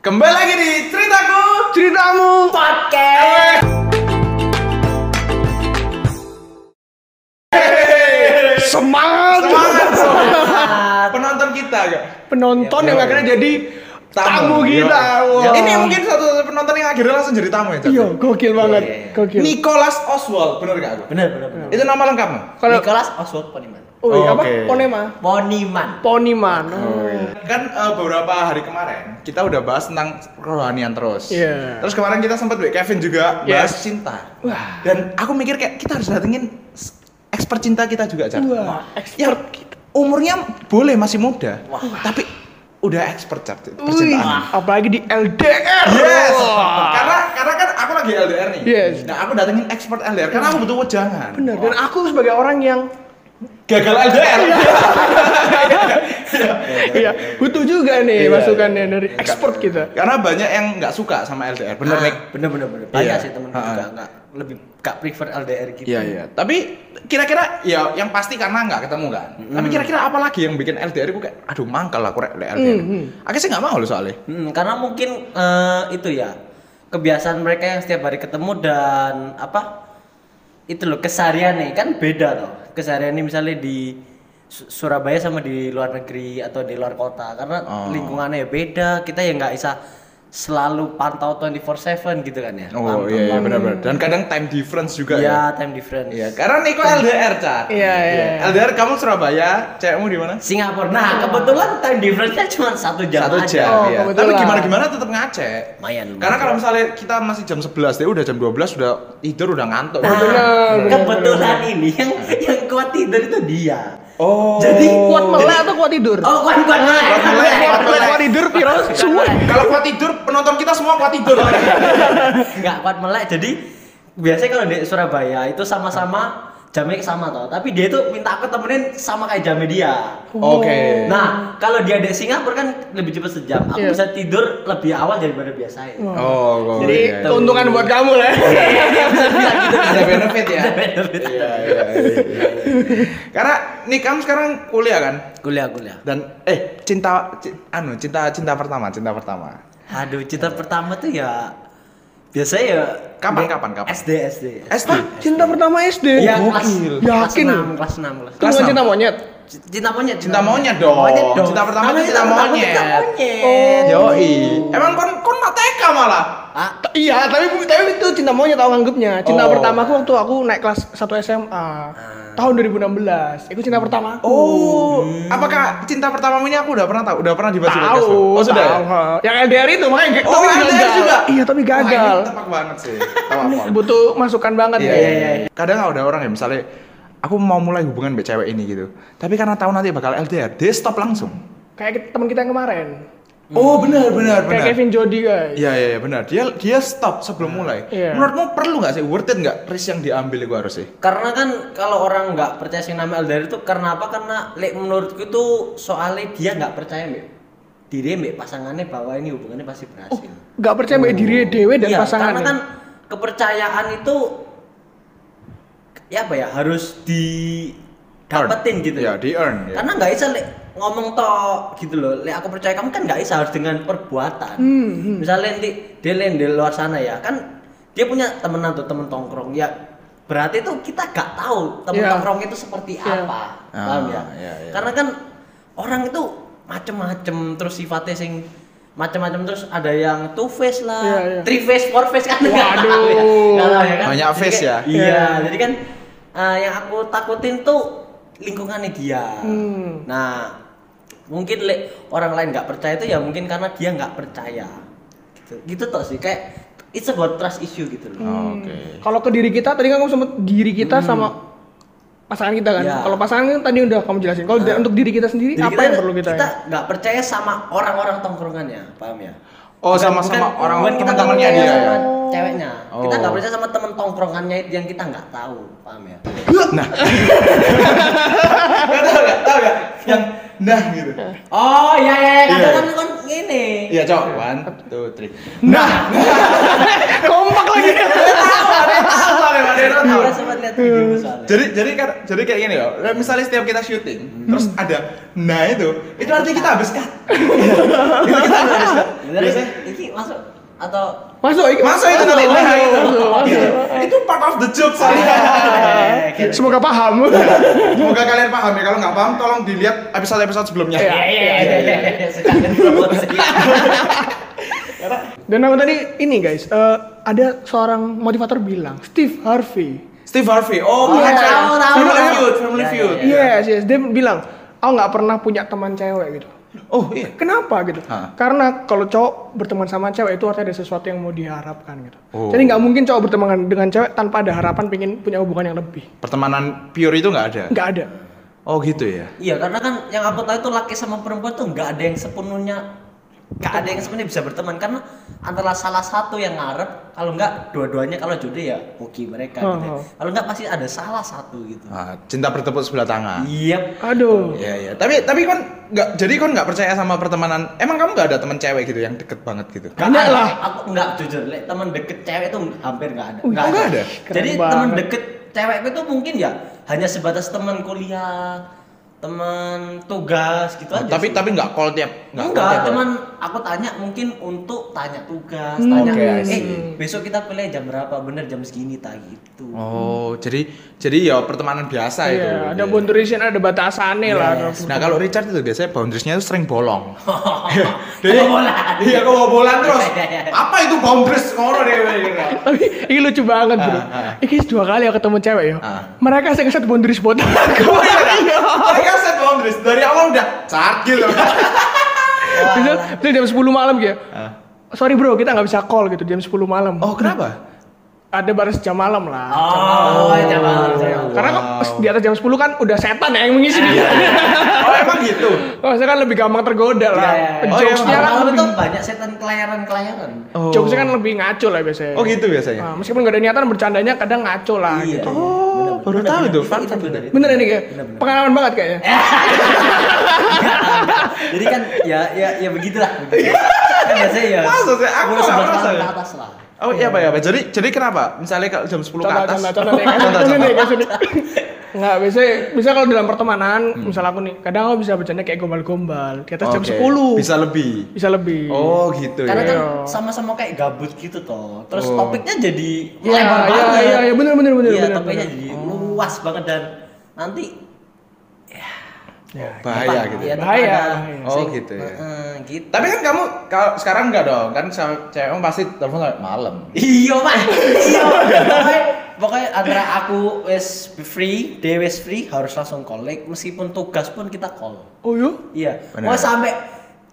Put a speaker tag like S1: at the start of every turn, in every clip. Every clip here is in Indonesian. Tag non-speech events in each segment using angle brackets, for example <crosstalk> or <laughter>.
S1: Kembali lagi di ceritaku. Eh,
S2: Ceritamu
S1: Podcast.
S2: semangat.
S1: Semangat sobat. Penonton kita ya.
S2: Penonton yang akhirnya jadi tamu, kita.
S1: Iya.
S2: Wah.
S1: Ini mungkin satu penonton yang akhirnya langsung jadi tamu ya. Cak?
S2: Iya, gokil banget. Gokil.
S1: Nicholas Oswald, bener gak aku?
S3: Bener bener bener.
S1: Itu nama lengkapnya.
S2: Kalau
S3: Nicholas Oswald Poniman.
S2: oh, iya,
S1: Oh,
S2: apa?
S1: oke. Oh,
S2: Ponema.
S3: Poniman.
S2: Poniman.
S1: Kan eh, beberapa hari kemarin kita udah bahas tentang kerohanian terus.
S2: Iya.
S1: Terus kemarin kita sempat Kevin juga
S2: Yes.
S1: bahas cinta. Dan aku mikir kayak kita harus datengin s- expert cinta kita juga, Cak.
S2: Wah,
S1: Ya, umurnya boleh masih muda, tapi udah expert Cak,
S2: Wih,
S1: percintaan.
S2: apalagi di LDR.
S1: Yes.
S2: Wah.
S1: Karena karena kan aku lagi LDR nih.
S2: Oh. Yes.
S1: Nah, aku datengin expert LDR karena aku butuh wejangan.
S2: Bener. Dan aku sebagai orang yang
S1: Gagal LDR. Eh,
S2: iya, butuh juga nih
S1: Iya.
S2: masukannya dari ekspor kita.
S1: karena banyak yang nggak suka sama LDR. Bener,
S3: Ah,
S1: Nick?
S3: Bener bener bener. Banyak
S1: Iya.
S3: sih temen
S1: Ah,
S3: juga
S1: ah.
S3: nggak lebih nggak prefer LDR gitu.
S1: Iya iya. Tapi kira-kira ya yang pasti karena nggak ketemu kan.
S2: Mm-hmm.
S1: Tapi kira-kira apa lagi yang bikin LDR aku kayak aduh mangkal aku rek LDR.
S2: Hmm,
S1: Aku sih nggak mau loh soalnya.
S3: Hmm, karena mungkin eh, itu ya kebiasaan mereka yang setiap hari ketemu dan apa itu loh kesehariannya kan beda toh kesehariannya misalnya di Su- Surabaya sama di luar negeri atau di luar kota karena
S1: Oh.
S3: lingkungannya ya beda kita ya nggak bisa selalu pantau 24/7 gitu kan ya
S1: Oh iya, iya benar-benar. Dan kadang time difference juga
S3: ya
S1: ya.
S3: time difference
S1: Iya, karena Niko LDR, Cat.
S2: Iya, iya.
S1: LDR kamu Surabaya, cewekmu di mana?
S3: Singapura nah kebetulan time difference-nya cuma satu
S1: Iya.
S3: jam
S1: Satu
S3: aja.
S1: jam,
S2: Oh,
S1: iya.
S2: kebetulan.
S1: Tapi gimana-gimana tetap ngacek.
S3: Lumayan, lumayan.
S1: Karena kalau misalnya kita masih jam 11, dia udah jam 12 udah tidur udah ngantuk.
S3: Nah,
S2: Bener, bener,
S3: kebetulan ini yang yang kuat tidur itu dia.
S1: Oh.
S3: Jadi Nah.
S2: Kuat melek atau kuat tidur?
S3: Oh, kuat kuat melek.
S1: Kuat melek,
S2: Kuat melek,
S1: melek.
S2: kuat tidur, Piro. Suwe.
S1: Kalau kuat tidur, penonton kita semua kuat tidur.
S3: Nah. Enggak kuat melek. Jadi biasanya kalau di Surabaya itu sama-sama jamnya sama toh. Tapi dia itu minta aku temenin sama kayak jamnya dia.
S1: Oke.
S3: Nah, kalau dia di Singapura kan lebih cepat sejam. Aku
S2: Iya.
S3: bisa tidur lebih awal daripada biasanya.
S1: Oh,
S2: Jadi
S1: iya, iya.
S2: keuntungan buat kamu lah.
S3: Bisa bilang gitu.
S1: ada benefit ya.
S3: Benefit.
S1: Iya, iya, iya. Karena nih kamu sekarang kuliah kan
S3: <laughs> Kuliah, kuliah.
S1: dan eh cinta ci- anu cinta cinta pertama cinta pertama
S3: Aduh, cinta pertama tuh ya biasanya ya
S1: kapan kapan kapan
S3: SD SD.
S1: SD
S2: Ah, <laughs> cinta pertama SD.
S3: Iya,
S2: Gokil.
S3: kelas, kelas
S2: Yakin?
S3: 6, kelas 6, kelas
S2: Itu bukan
S1: enam.
S2: cinta monyet.
S3: Cinta monyet.
S1: Cinta monyet dong. Cinta pertama tuh cinta monyet.
S3: Oh.
S1: yoi emang kon kon nak TK malah
S3: Ah,
S2: T- Iya, tapi tapi itu cinta maunya tahu anggapnya. Cinta
S1: Oh. Ah.
S2: pertamaku waktu aku naik kelas 1 SMA. Tahun 2016. Itu cinta pertama aku.
S1: oh apakah cinta pertamamu ini aku udah pernah tahu udah pernah dibahas di podcast,
S2: Hmm. Tahu.
S1: Bang? oh sudah ya?
S2: tahu, ha. Yang LDR itu makanya ge-
S1: oh
S2: tapi
S1: LDR
S2: gagal.
S1: juga
S2: Iya, tapi gagal.
S1: Wah, ini tepat banget sih Tahu aku, aku.
S2: Butuh masukan banget ya.
S1: Iya,
S2: nih.
S1: iya, iya. Kadang ada orang ya misalnya aku mau mulai hubungan sama cewek ini gitu. Tapi karena tahu nanti bakal LDR, dia stop langsung.
S2: Kayak teman kita yang kemarin.
S1: Oh, benar benar
S2: Hmm. Kayak Kevin Jody guys.
S1: Iya iya iya, benar. Dia dia stop sebelum mulai.
S2: Iya.
S1: Menurutmu perlu nggak sih worth it nggak risk yang diambil itu harus sih?
S3: karena kan kalau orang nggak percaya sing nama LDR itu karena apa? Karena lek menurutku itu soalnya dia nggak percaya mbak diri mbak pasangannya bahwa ini hubungannya pasti berhasil.
S2: Gak percaya
S1: Oh.
S2: sama diri dewe dan
S3: Iya,
S2: pasangannya.
S3: Karena kan kepercayaan itu ya apa ya harus didapetin gitu.
S1: Ya, di earn. ya.
S3: Karena nggak bisa Lek, ngomong tok gitu loh. Lek aku percaya kamu kan nggak bisa harus dengan perbuatan.
S2: Hmm,
S3: Misalnya nanti dia lain di luar sana ya kan dia punya temenan tuh temen tongkrong ya berarti tuh kita nggak tahu temen
S2: Iya.
S3: tongkrong itu seperti
S2: Iya.
S3: apa
S1: Ah,
S3: paham ya?
S1: iya, iya.
S3: karena kan orang itu macem-macem terus sifatnya sing macem-macem terus ada yang two face lah
S2: Iya, iya.
S3: three face four face kan
S2: Waduh.
S3: nggak tahu ya. <laughs> Nggak tahu ya kan?
S1: Banyak
S3: Jadi
S1: face
S3: kayak-
S2: ya?
S3: iya
S2: Iya.
S3: jadi kan eh, yang aku takutin tuh lingkungannya dia.
S2: Hmm.
S3: Nah, mungkin lek orang lain nggak percaya itu ya mungkin karena dia nggak percaya. Gitu, gitu toh sih kayak it's about trust issue gitu loh.
S1: Oh, Oke.
S2: Kalau ke diri kita tadi kan kamu sempat diri kita sama pasangan kita kan.
S3: Iya.
S2: Kalau pasangan kan tadi udah kamu jelasin. Kalau da- untuk Iya. diri kita sendiri
S3: Jadi
S2: apa yang perlu kita?
S3: kita nggak percaya sama orang-orang tongkrongannya, paham ya?
S1: Oh,
S3: Bukan-
S1: sama-sama
S3: bukan-
S1: orang-
S3: bukan kita nggak
S1: teman-temannya
S3: percaya
S1: dia
S3: sama
S1: ya?
S3: ceweknya. Kita
S1: Oh.
S3: nggak percaya sama teman tongkrongannya itu yang kita nggak tahu, paham ya?
S1: Nah. Nggak <laughs> tahu nggak? Tahu nggak? Yang nah gitu.
S3: Oh iya iya, iya.
S1: Iya.
S3: kadang kan kan gini.
S1: Iya, cok. One, two, three.
S2: Nah,
S1: <laughs>
S2: kompak lagi.
S1: Iya,
S3: Aku sempat Iya, lihat video soalnya.
S1: jadi jadi kan jadi kayak gini loh misalnya setiap kita syuting terus ada Nah itu, itu artinya kita habis cut. itu kita habis cut.
S3: Bener
S1: Biasanya
S3: Iki masuk atau
S2: Masuk, iki-
S1: Masuk itu nanti
S2: masuk,
S1: leher itu.
S2: masuk, <laughs>
S1: Itu,
S2: masuk.
S1: itu part of the joke soalnya.
S3: Eh,
S2: Semoga paham. <laughs>
S1: Semoga kalian paham ya. Kalau nggak paham, tolong dilihat episode-episode sebelumnya.
S2: Iya. Dan nama tadi ini guys, eh, ada seorang motivator bilang Steve Harvey.
S1: Steve Harvey. Oh,
S3: Oh,
S1: bukan
S2: iya.
S1: saya.
S3: Tahu, tahu,
S1: Family
S3: tahu.
S1: Feud, Family
S3: Iya, iya,
S1: Feud.
S2: Yes, yes. Dia bilang, aku nggak pernah punya teman cewek gitu.
S1: Oh iya.
S2: Kenapa gitu?
S1: Hah.
S2: Karena kalau cowok berteman sama cewek itu artinya ada sesuatu yang mau diharapkan gitu.
S1: Oh.
S2: Jadi nggak mungkin cowok berteman dengan cewek tanpa ada harapan pengen punya hubungan yang lebih.
S1: Pertemanan pure itu nggak ada.
S2: Nggak ada.
S1: Oh gitu ya.
S3: Iya, karena kan yang aku tahu itu laki sama perempuan tuh nggak ada yang sepenuhnya nggak ada yang sepenuhnya bisa berteman karena antara salah satu yang ngarep kalau nggak dua-duanya kalau jodoh ya hoki mereka gitu. ya.
S2: Oh.
S3: Kalau nggak pasti ada salah satu gitu.
S1: Ah, cinta bertepuk sebelah
S2: Ah.
S1: tangan.
S3: Iya.
S2: Aduh.
S1: Iya iya. Tapi tapi kan nggak. Jadi kan nggak percaya sama pertemanan. Emang kamu nggak ada teman cewek gitu yang deket banget gitu?
S2: Banyak lah.
S3: Aku nggak jujur, Lek, teman deket cewek itu hampir nggak ada.
S2: Oh,
S3: Nggak
S1: nggak ada?
S2: Keren
S3: Jadi
S2: banget.
S3: teman deket cewekku itu mungkin ya hanya sebatas teman kuliah, teman tugas gitu aja.
S1: Oh, tapi
S3: sih.
S1: tapi nggak call tiap nggak call
S3: Enggak,
S1: tiap-
S3: cuman aku tanya mungkin untuk tanya tugas,
S2: Hmm.
S3: tanya
S1: Oke, I
S3: eh
S1: see.
S3: besok kita kuliah jam berapa? Bener jam segini tak gitu.
S1: Oh, jadi jadi ya pertemanan biasa itu.
S2: Iya, ada
S1: Iya.
S2: boundaries ada batasannya lah.
S1: Nah, kalau Richard itu biasanya boundaries-nya itu sering bolong.
S3: Kebobolan.
S1: Iya, kebobolan terus.
S3: Iya, iya, iya.
S1: Apa itu boundaries ngono deh gitu. kira-kira.
S2: Tapi ini lucu banget bro.
S1: Ah, ah.
S2: Ini dua kali aku ketemu cewek ya.
S1: Ah.
S2: Mereka sih ngeset boundaries buat aku.
S1: <laughs> Oh iya, kan? mereka set boundaries dari awal udah gitu. cakil loh.
S2: Misal, misal jam 10 malam gitu. ya, Sorry bro, kita nggak bisa call gitu jam 10 malam.
S1: Oh kenapa?
S2: Ada baris jam malam lah.
S3: Oh, jam malam, jam malam.
S2: Karena
S1: Wow. Iya,
S2: kok di atas jam 10 kan udah setan ya yang mengisi dia.
S1: Oh emang gitu.
S2: Oh, saya kan lebih gampang tergoda lah.
S3: Iya, iya, iya.
S1: Oh, iya,
S2: Jokesnya kan
S3: Malam-malam
S2: lebih,
S3: tuh banyak setan kelayaran-kelayaran.
S2: jokesnya kan lebih ngaco lah biasanya.
S1: Oh gitu biasanya.
S2: Nah, meskipun gak ada niatan bercandanya kadang ngaco lah gitu.
S1: Oh, baru tahu tuh, fun fact
S3: Iya, bener.
S2: Bener ini kayak
S3: Bener, bener.
S2: pengalaman banget kayaknya.
S1: Eh,
S3: Jadi kan ya ya ya begitulah. begitu. kan biasanya
S1: Iya.
S3: ya.
S1: Masa sih? Aku
S3: sepuluh,
S1: nggak
S3: sebelas
S1: merasa
S3: tahun
S1: ya.
S3: ke atas lah.
S1: Oh iya pak ya pak. Jadi jadi kenapa? Misalnya kalau jam 10 ke
S2: Eh. Contoh,
S1: <laughs> atas.
S2: contoh, contoh nih, kasih contoh nih, kasih nih. Nggak, biasa, bisa kalau dalam pertemanan, misal aku nih, kadang aku bisa bercanda kayak gombal-gombal di atas jam
S1: Hmm.
S2: Hmm.
S1: Oke,
S2: 10.
S1: Bisa lebih.
S2: Bisa lebih.
S1: Oh gitu
S3: Karena
S1: ya.
S3: kan
S2: Iya.
S3: sama-sama kayak gabut gitu toh. Terus
S1: Oh.
S3: topiknya jadi
S2: Iya, iya,
S3: banget.
S2: iya, iya, bener, bener, bener,
S3: Iya,
S2: bener,
S3: topiknya
S2: bener.
S3: jadi luas banget dan nanti
S1: Bahaya
S3: apa,
S1: gitu.
S2: Bahaya,
S3: ya, ada-
S2: bahaya.
S1: Oh,
S3: sing-
S1: gitu ya.
S3: Heeh, gitu.
S1: Tapi kan kamu kalau sekarang enggak dong, kan sama cewek pasti telepon sampai malam.
S3: Iya, Pak. Iya. Pokoknya, pokoknya antara aku wis free, dia wis free harus langsung call. Like, meskipun tugas pun kita call.
S2: Oh iya?
S3: Iya.
S1: Benar.
S3: Mau sampai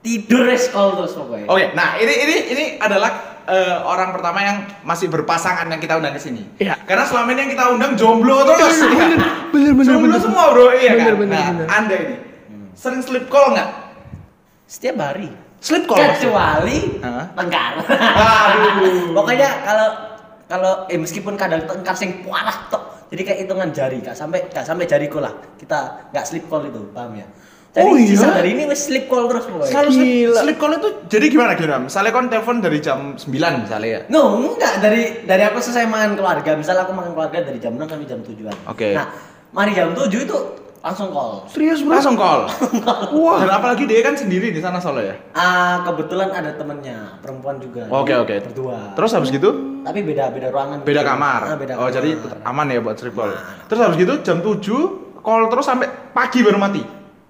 S3: tidur wis call terus
S2: Oh.
S3: pokoknya.
S1: Oke, nah ini ini ini adalah eh, orang pertama yang masih berpasangan yang kita undang ke sini.
S2: Iya.
S1: Karena selama ini yang kita undang jomblo terus.
S2: Bener,
S1: iya.
S2: bener, bener, bener,
S1: Jomblo
S2: bener.
S1: semua, Bro. Iya
S2: Bener,
S1: kan?
S2: bener,
S1: nah,
S2: bener.
S1: Anda ini sering sleep call nggak?
S3: Setiap hari.
S1: Sleep call. maksudnya?
S3: kecuali
S1: Hah? Hmm.
S3: tengkar
S1: Aduh.
S3: pokoknya kalau kalau eh meskipun kadang tengkar sing pualah tok jadi kayak hitungan jari gak sampai gak sampai jariku lah kita nggak sleep call itu paham ya jadi
S1: Oh, iya?
S3: sisa dari ini wes sleep call terus pokoknya
S1: Selalu sleep,
S2: Gila.
S1: sleep call itu jadi gimana kira? Misalnya kon telepon dari jam 9 misalnya ya.
S3: no enggak dari dari aku selesai makan keluarga misal aku makan keluarga dari jam 6 sampai jam 7an
S1: Oke.
S3: nah mari jam 7 itu langsung call
S2: Serius bro?
S1: Langsung call.
S2: Wah.
S1: Dan apalagi dia kan sendiri di sana solo ya.
S3: ah kebetulan ada temennya perempuan juga
S1: Oke,
S3: Jadi
S1: oke.
S3: berdua
S1: Terus habis gitu
S3: tapi beda beda ruangan
S1: beda
S3: gitu.
S1: kamar.
S3: Ah, beda
S1: oh,
S3: kamar.
S1: jadi aman ya buat strip call. Terus habis gitu jam 7 call terus sampai pagi baru mati.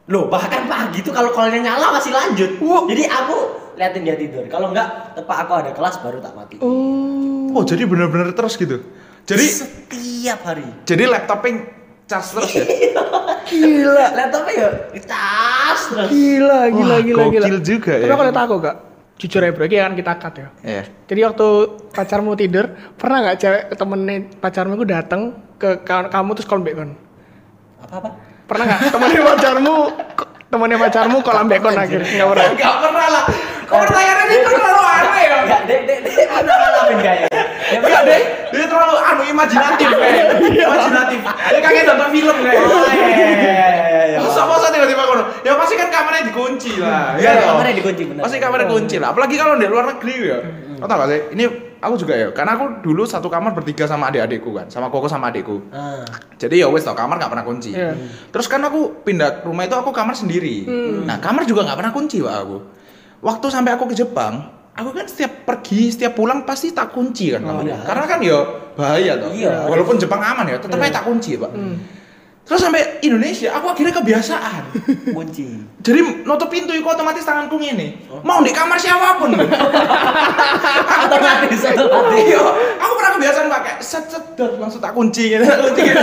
S3: Loh, bahkan pagi tuh kalau callnya nyala masih lanjut.
S1: Wow.
S3: Jadi aku liatin dia tidur. Kalau enggak, tepat aku ada kelas baru tak mati.
S2: Oh.
S1: Oh, jadi benar-benar terus gitu. Jadi
S3: setiap hari.
S1: jadi laptopnya cas terus ya.
S2: Gila.
S3: Laptopnya ya di tas terus.
S2: Gila, gila,
S1: Wah,
S2: gila, gila.
S1: gokil juga ya.
S2: Tapi aku udah tahu kak. Jujur ya bro, ini kan kita cut ya.
S1: Iya.
S2: Jadi waktu pacarmu tidur, pernah nggak cewek temennya pacarmu itu datang ke kawan kamu terus call back on?
S3: Apa apa?
S2: Pernah nggak temennya pacarmu temennya pacarmu call back on akhirnya? Nggak pernah.
S1: Enggak pernah lah. Kok pertanyaannya dia terlalu aneh ya?
S3: Eh, Enggak, dek, dek, dek, pernah ngalamin kayaknya. Ya, Iya.
S1: Enggak deh, dia terlalu anu imajinatif kayak. Imajinatif. Dia kaget nonton film kayak.
S3: Oh, iya, iya, iya, iya, iya.
S1: Masa masa tiba-tiba kono. Ya pasti kan Ya, kamarnya dikunci lah. Iya
S3: Iya,
S1: toh.
S3: kamarnya dikunci Hmm. bener.
S1: Pasti kamarnya kunci lah. Apalagi kalau di luar negeri ya. Kau tahu gak sih? Ini aku juga ya. Karena aku dulu satu kamar bertiga sama adik-adikku kan, sama koko sama adikku.
S3: Ah.
S1: Jadi ya wes tau kamar nggak pernah kunci.
S2: Iya.
S1: Terus kan aku pindah rumah itu aku kamar sendiri.
S3: Hmm.
S1: Nah kamar juga nggak pernah kunci pak aku. Waktu sampai aku ke Jepang, aku kan setiap pergi setiap pulang pasti tak kunci kan kamarnya.
S3: iya.
S1: Karena kan ya bahaya toh.
S3: Iya. Hmm.
S1: Walaupun Jepang aman ya, tetap aja tak kunci pak. Terus sampai Indonesia, aku akhirnya kebiasaan.
S3: kunci.
S1: Jadi nutup pintu itu otomatis tanganku ngene. Mau di kamar <laughs> siapapun. aku pernah
S3: Otomatis, otomatis.
S1: Iya, aku pernah kebiasaan pakai set set dot, langsung tak kunci <laughs> gitu, tak kunci gitu.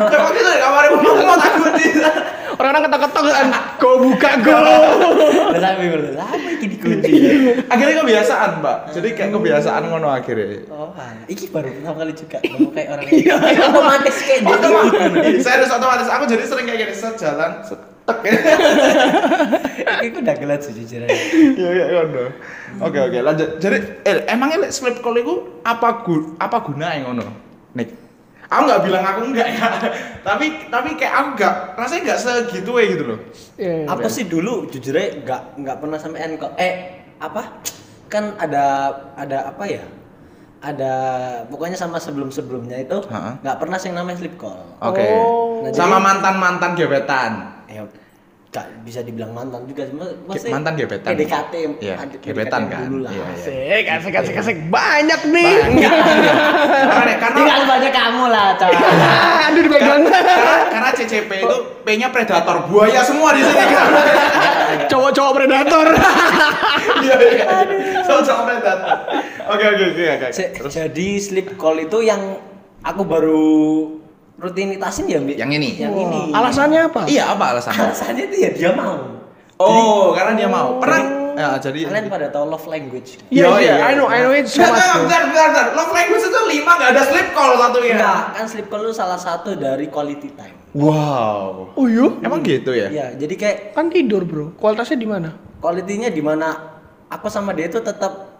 S1: Coba itu di kamar ibu mau mau tak kunci.
S2: Orang-orang ketok-ketok kan, go
S1: Oh,
S2: buka go.
S3: Lah sampe ngono. Lah apa iki dikunci?
S1: Iya.
S3: <laughs>
S1: Akhirnya kebiasaan, Mbak. Jadi kayak kebiasaan ngono akhirnya.
S3: Oh, alah. iki baru pertama kali
S1: <laughs>
S3: juga ngomong kayak orang lain. Otomatis kayak gitu.
S1: Iya. Otomatis, serius otomatis. Aku jadi sering kayak gini, set jalan, set tek.
S3: Iku udah gelat sejujurnya.
S1: Iya, iya, iya. no. Oke, oke, lanjut. Jadi, eh, emangnya like, slip call itu apa gu apa gunanya ngono? Nik. Aku nggak bilang aku enggak ya. <laughs> tapi tapi kayak aku enggak, rasanya enggak segitu ya gitu loh.
S2: Iya, iya.
S3: Aku sih dulu jujurnya nggak nggak pernah sampean kok. Eh apa? Kan ada ada apa ya? Ada pokoknya sama sebelum sebelumnya itu
S1: Ha-ha.
S3: nggak pernah sih yang namanya sleep call.
S1: Oke.
S2: Oh.
S3: Nah,
S1: Sama
S3: jadi-
S1: mantan-mantan gebetan.
S3: ya gak bisa dibilang mantan juga cuma
S1: Mantan gebetan.
S3: PDKT
S1: Iya,
S3: ada PDKT
S1: gebetan kan.
S3: dulu lah
S1: Iya, iya. <laughs>
S2: Asik, asik, asik, asik. Banyak nih.
S1: Banyak. Makanya, karena
S3: tinggal banyak kamu lah coy <laughs>
S2: Ah, Aduh, dipegang.
S1: karena karena CCP itu P-nya predator buaya semua di sini. kan?
S2: Cowok-cowok predator.
S1: <laughs> Iya, iya. Sama-sama predator. Oke, oke, oke, oke.
S3: Se- jadi sleep call itu yang aku baru rutinitasin ya Mbi?
S1: Yang ini?
S3: yang ini
S2: Wah, Alasannya apa?
S1: Iya, apa alasannya?
S3: alasannya itu ya dia mau
S1: Oh, karena dia mau. Pernah ya, jadi
S3: kalian pada tahu love language
S2: Iya,
S1: Yo,
S2: iya.
S1: iya.
S2: I know, I know it so
S1: Bentar,
S2: much.
S1: bentar, <laughs>
S2: bro.
S1: bentar, bentar, bentar. Love language itu lima, gak ada sleep call satunya.
S3: enggak kan sleep call itu salah satu dari quality time
S1: Wow.
S2: Oh iya?
S1: Emang gitu ya?
S3: ya jadi kayak
S2: Kan tidur, bro. Kualitasnya di mana?
S3: quality-nya di mana aku sama dia itu tetap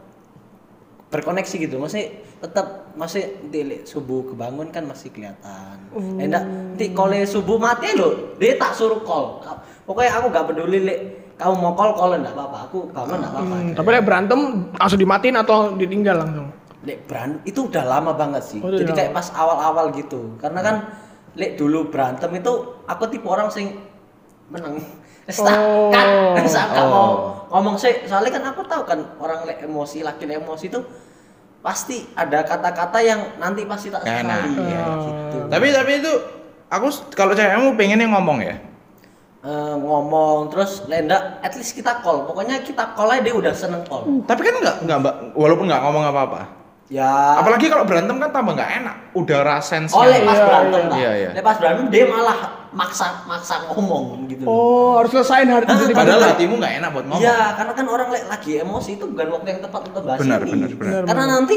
S3: berkoneksi gitu masih tetap masih nanti li- subuh kebangun kan masih kelihatan enak nanti
S2: Oh.
S3: kalau subuh mati lo dia tak suruh call Ka- pokoknya aku gak peduli li, kamu mau call call enggak apa-apa aku bangun enggak apa-apa
S2: Hmm, tapi lek berantem langsung dimatiin atau ditinggal langsung?
S3: Lek beran itu udah lama banget sih.
S2: Oh, udah
S3: Jadi
S2: lama.
S3: kayak pas awal-awal gitu. Karena kan Lek dulu berantem itu aku tipe orang sing menang. <laughs> Stop,
S2: Oh.
S3: kan, Stop, gak
S1: Oh.
S3: mau ngomong sih. Soalnya kan aku tahu kan orang lek emosi, laki lek emosi itu pasti ada kata-kata yang nanti pasti tak
S1: Enak,
S3: sekali
S1: iya.
S2: Hmm.
S3: gitu.
S1: Tapi tapi itu aku s- kalau cewekmu pengennya ngomong ya.
S3: Eh, ngomong terus Lenda at least kita call. Pokoknya kita call aja dia udah seneng call.
S1: Tapi kan nggak nggak mbak, walaupun nggak ngomong apa-apa.
S3: Ya.
S2: Ah.
S1: Apalagi kalau berantem kan tambah nggak enak. Udara sense.
S3: Oh, lek pas
S2: Iya,
S3: berantem
S2: iya.
S3: lah.
S1: Iya, iya.
S3: Lek pas berantem dia malah maksa maksa ngomong gitu.
S2: Oh, harus selesain hari
S3: Ah,
S2: itu.
S1: Padahal hatimu nggak enak buat ngomong.
S3: Iya, karena kan orang le- lagi emosi itu bukan waktu yang tepat untuk bahas
S1: Benar,
S3: ini.
S1: benar, benar.
S3: Karena nanti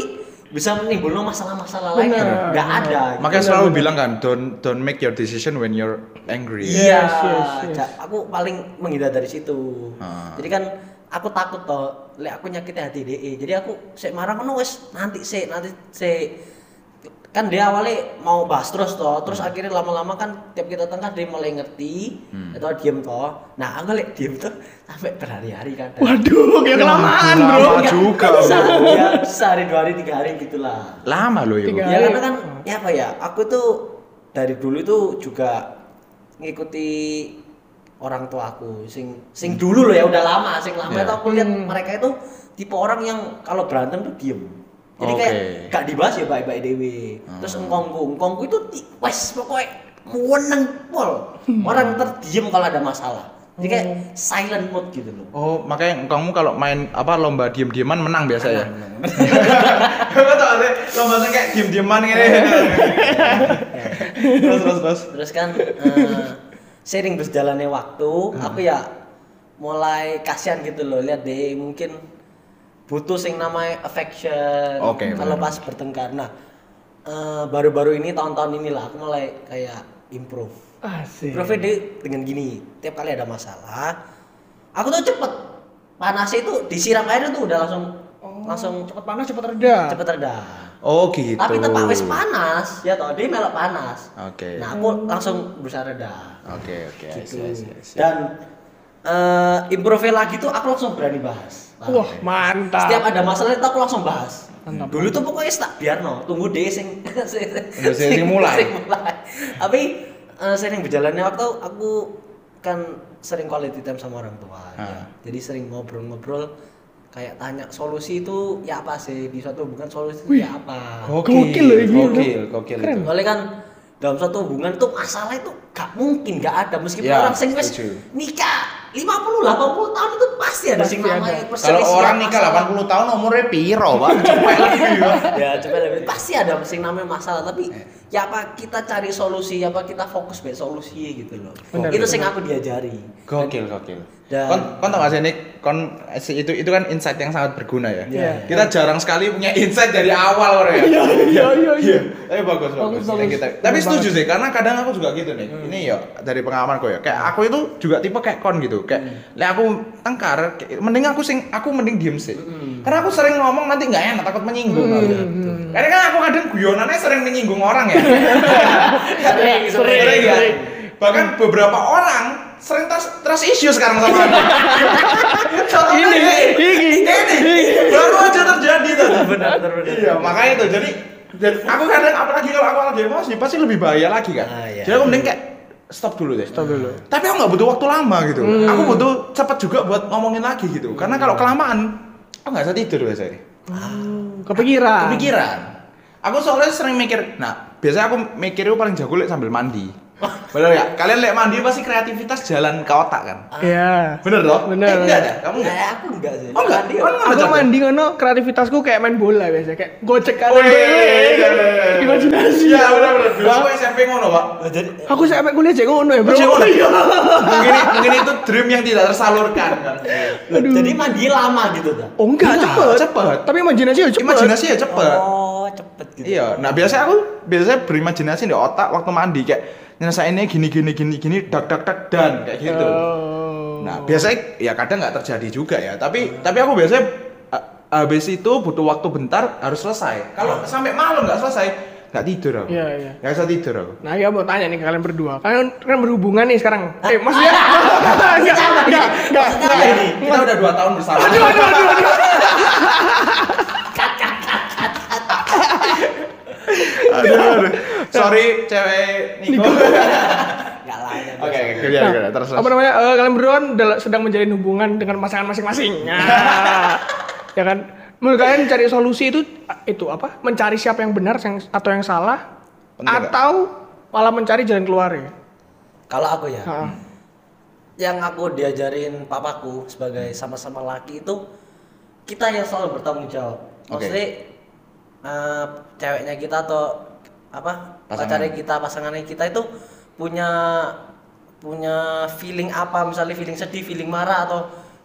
S3: bisa menimbulkan masalah-masalah lain yang
S2: Benar,
S3: nggak
S2: benar.
S3: ada. gitu.
S2: Iya,
S1: Makanya selalu bilang kan, don't don't make your decision when you're angry.
S2: Yes,
S3: Iya,
S2: yes, yes.
S3: Ja- aku paling menghindar dari situ.
S1: Ah.
S3: Jadi kan aku takut toh, le aku nyakiti hati DE. Jadi aku sik marah kan wes nanti sik, nanti sik. Kan dia awalnya mau bahas terus toh, terus
S1: Hmm.
S3: akhirnya lama-lama kan tiap kita tengah dia mulai ngerti
S1: Hmm.
S3: atau diem toh. Nah, aku lek diem tuh sampai berhari-hari kan.
S2: Waduh, kayak kelamaan,
S1: Lama
S2: bro.
S1: juga.
S3: Sehari, ya, sehari dua hari tiga hari gitulah
S1: Lama loh itu.
S2: Tiga.
S3: ya karena kan ya apa ya aku tuh dari dulu itu juga ngikuti orang tua aku sing sing dulu loh ya udah lama sing lama
S1: Hmm. Ya.
S3: itu aku lihat mereka itu tipe orang yang kalau berantem tuh diem jadi kayak
S1: Oke. Hmm.
S3: gak dibahas ya baik-baik dewe terus engkongku engkongku itu ti- wes pokoknya meneng pol orang terdiam kalau ada masalah jadi kayak silent mode gitu loh
S1: Oh, makanya kamu kalau main apa lomba diem-dieman menang biasa ya. <laughs> Kamu tau sih, lomba tuh kayak diem-dieman
S2: Iya.
S1: gini. terus terus terus.
S3: terus kan eh, sering berjalannya waktu aku ya mulai kasihan gitu loh lihat deh mungkin butuh sing namanya affection
S1: Oke,
S3: kalau
S1: benar.
S3: pas bertengkar nah eh, baru-baru ini tahun-tahun inilah aku mulai kayak improve
S2: Asik.
S3: improve dia dengan gini tiap kali ada masalah aku tuh cepet panasnya itu disiram air itu udah langsung langsung
S2: Cepet panas, cepet reda.
S3: cepet reda
S1: Oh gitu.
S3: tapi tetap wis panas ya toh dia melok panas
S1: Oke.
S3: nah aku langsung berusaha reda
S1: Oke oke.
S3: gitu
S1: I see, I see, I see.
S3: dan eh improve lagi tuh aku langsung berani bahas. Paham?
S2: Wah, mantap.
S3: Setiap ada masalah itu aku langsung bahas.
S2: Mantap.
S3: Dulu tuh pokoknya tak biarno, tunggu deh sing <laughs> sing-
S1: Tunggu sing- sing mulai.
S3: <laughs> sing mulai. Tapi eh, sering berjalannya waktu aku kan sering quality time sama orang tua. ya.
S1: Ah.
S3: Jadi sering ngobrol-ngobrol kayak tanya solusi itu ya apa sih di suatu hubungan solusi itu
S2: Wih.
S3: ya apa.
S2: Gokil loh ini,
S1: Gokil,
S2: loh.
S1: gokil.
S2: Keren.
S1: itu.
S3: Soalnya kan dalam suatu hubungan itu masalah itu gak mungkin gak ada meskipun
S1: Ya,
S3: orang sing wis
S1: setuju.
S3: nikah 50 80 tahun itu pasti ada
S2: Pasti
S3: sing namanya
S2: ada.
S3: perselisihan
S1: Kalau orang nikah
S3: masalah. <laughs>
S1: 80 tahun umurnya piro, Pak? Cepet lagi ya.
S3: ya coba lebih pasti ada sing namanya masalah tapi
S1: Eh.
S3: ya apa kita cari solusi ya apa kita fokus be solusi gitu loh
S2: Benar,
S3: itu
S2: benar.
S3: sing aku diajari
S1: Gokil, gokil.
S3: Dan-
S1: Kon, kon tau gak sih Nick? Kon si- itu itu kan insight yang sangat berguna ya.
S3: Iya.
S1: Kita jarang sekali punya insight dari awal orang ya.
S2: Iya, iya, iya, iya.
S1: Tapi Eh, bagus, bagus.
S2: Bagus, bagus.
S1: Kita,
S2: Bagus
S1: tapi setuju
S2: banget. Hmm.
S1: sih, karena kadang aku juga gitu nih. Ini ya dari pengalaman ya. Kayak aku itu juga tipe kayak kon gitu. Kayak
S2: Hmm.
S1: lek aku tengkar, kayak- mending aku sing aku mending diem sih. Karena aku sering ngomong nanti nggak enak, takut menyinggung.
S2: Hmm.
S1: Aku. Karena kan aku kadang guyonannya sering menyinggung orang ya.
S2: <laughs> Sering, Iya, gitu, sering,
S1: Sering ya.
S2: sering.
S1: Bahkan beberapa orang sering tas trust issue sekarang sama
S2: <laughs>
S1: aku. Contohnya
S2: Ini, ini,
S1: ini, baru aja terjadi tuh.
S3: benar benar benar.
S1: Iya, makanya itu. Jadi, jadi aku kadang apalagi kalau aku lagi emosi pasti lebih bahaya lagi kan.
S3: Ah, iya.
S1: Jadi aku mending kayak stop dulu deh.
S2: Stop dulu.
S1: Tapi aku nggak butuh waktu lama gitu.
S2: Hmm.
S1: Aku butuh cepet juga buat ngomongin lagi gitu. Karena
S3: Hmm.
S1: kalau kelamaan aku nggak bisa tidur biasanya.
S2: Hmm, Kepikiran.
S1: Kepikiran. Aku soalnya sering mikir. Nah, biasanya aku mikir itu paling jago lek sambil mandi. Bener ya? Kalian lek mandi pasti kreativitas jalan ke otak kan?
S2: Iya.
S1: Bener loh? Eh,
S2: Bener.
S1: enggak ada? Kamu enggak?
S3: Nah, aku enggak sih
S1: Oh enggak?
S3: Mandi,
S1: Kamu enggak
S2: Kan Aku
S1: jago?
S2: mandi ngono kreativitasku kayak main bola biasa kayak gocek kanan.
S1: Wih,
S2: Wih, Imajinasi.
S1: Iya, bener-bener. Dulu aku SMP ngono, Pak.
S3: Oh, jadi
S2: Aku sampai kuliah cek ngono ya, Bro.
S1: Mungkin, mungkin, mungkin itu dream yang tidak tersalurkan kan.
S2: Aduh.
S3: jadi mandi lama gitu dah
S2: Oh enggak,
S1: Enggak,
S2: cepet.
S1: cepet.
S2: Tapi imajinasi ya cepet.
S1: Imajinasi ya cepet.
S3: oh cepet gitu
S1: Iya. Nah biasanya aku biasanya berimajinasi di otak waktu mandi kayak nyelesainnya gini gini gini gini dak dak dak dan kayak gitu.
S2: Oh.
S1: Nah biasanya ya kadang nggak terjadi juga ya. Tapi tapi aku biasanya a- habis itu butuh waktu bentar harus selesai. Kalau sampai malam nggak selesai nggak tidur aku.
S2: Iya, iya.
S1: Nggak bisa tidur aku.
S2: Nah, ya mau tanya nih ke kalian berdua. Kalian kan berhubungan nih sekarang. Eh, maksudnya enggak enggak enggak Nah, enggak.
S3: Maksudnya apa ini?
S1: Kita udah dua tahun bersama.
S2: Aduh, aduh, aduh, aduh.
S1: aduh, aduh. Sorry cewek Niko.
S3: enggak lah ya.
S1: Oke, oke, biar, biar, terus.
S2: Nah. Apa namanya? eh, kalian berdua kan dal- sedang menjalin hubungan dengan pasangan masing-masing. Nah, ya kan? Menurut kalian cari solusi itu itu apa? Mencari siapa yang benar yang- atau yang salah
S1: Penting nggak?
S2: atau malah mencari jalan keluar ya?
S3: kalau aku ya
S2: Heeh.
S3: yang aku diajarin papaku sebagai
S1: Hmm.
S3: sama-sama laki itu kita yang selalu bertanggung jawab.
S1: Oke.
S3: Maksudnya eh, ceweknya kita atau apa
S1: Pasangan.
S3: pacarnya kita, pasangannya kita itu punya punya feeling apa misalnya feeling sedih, feeling marah atau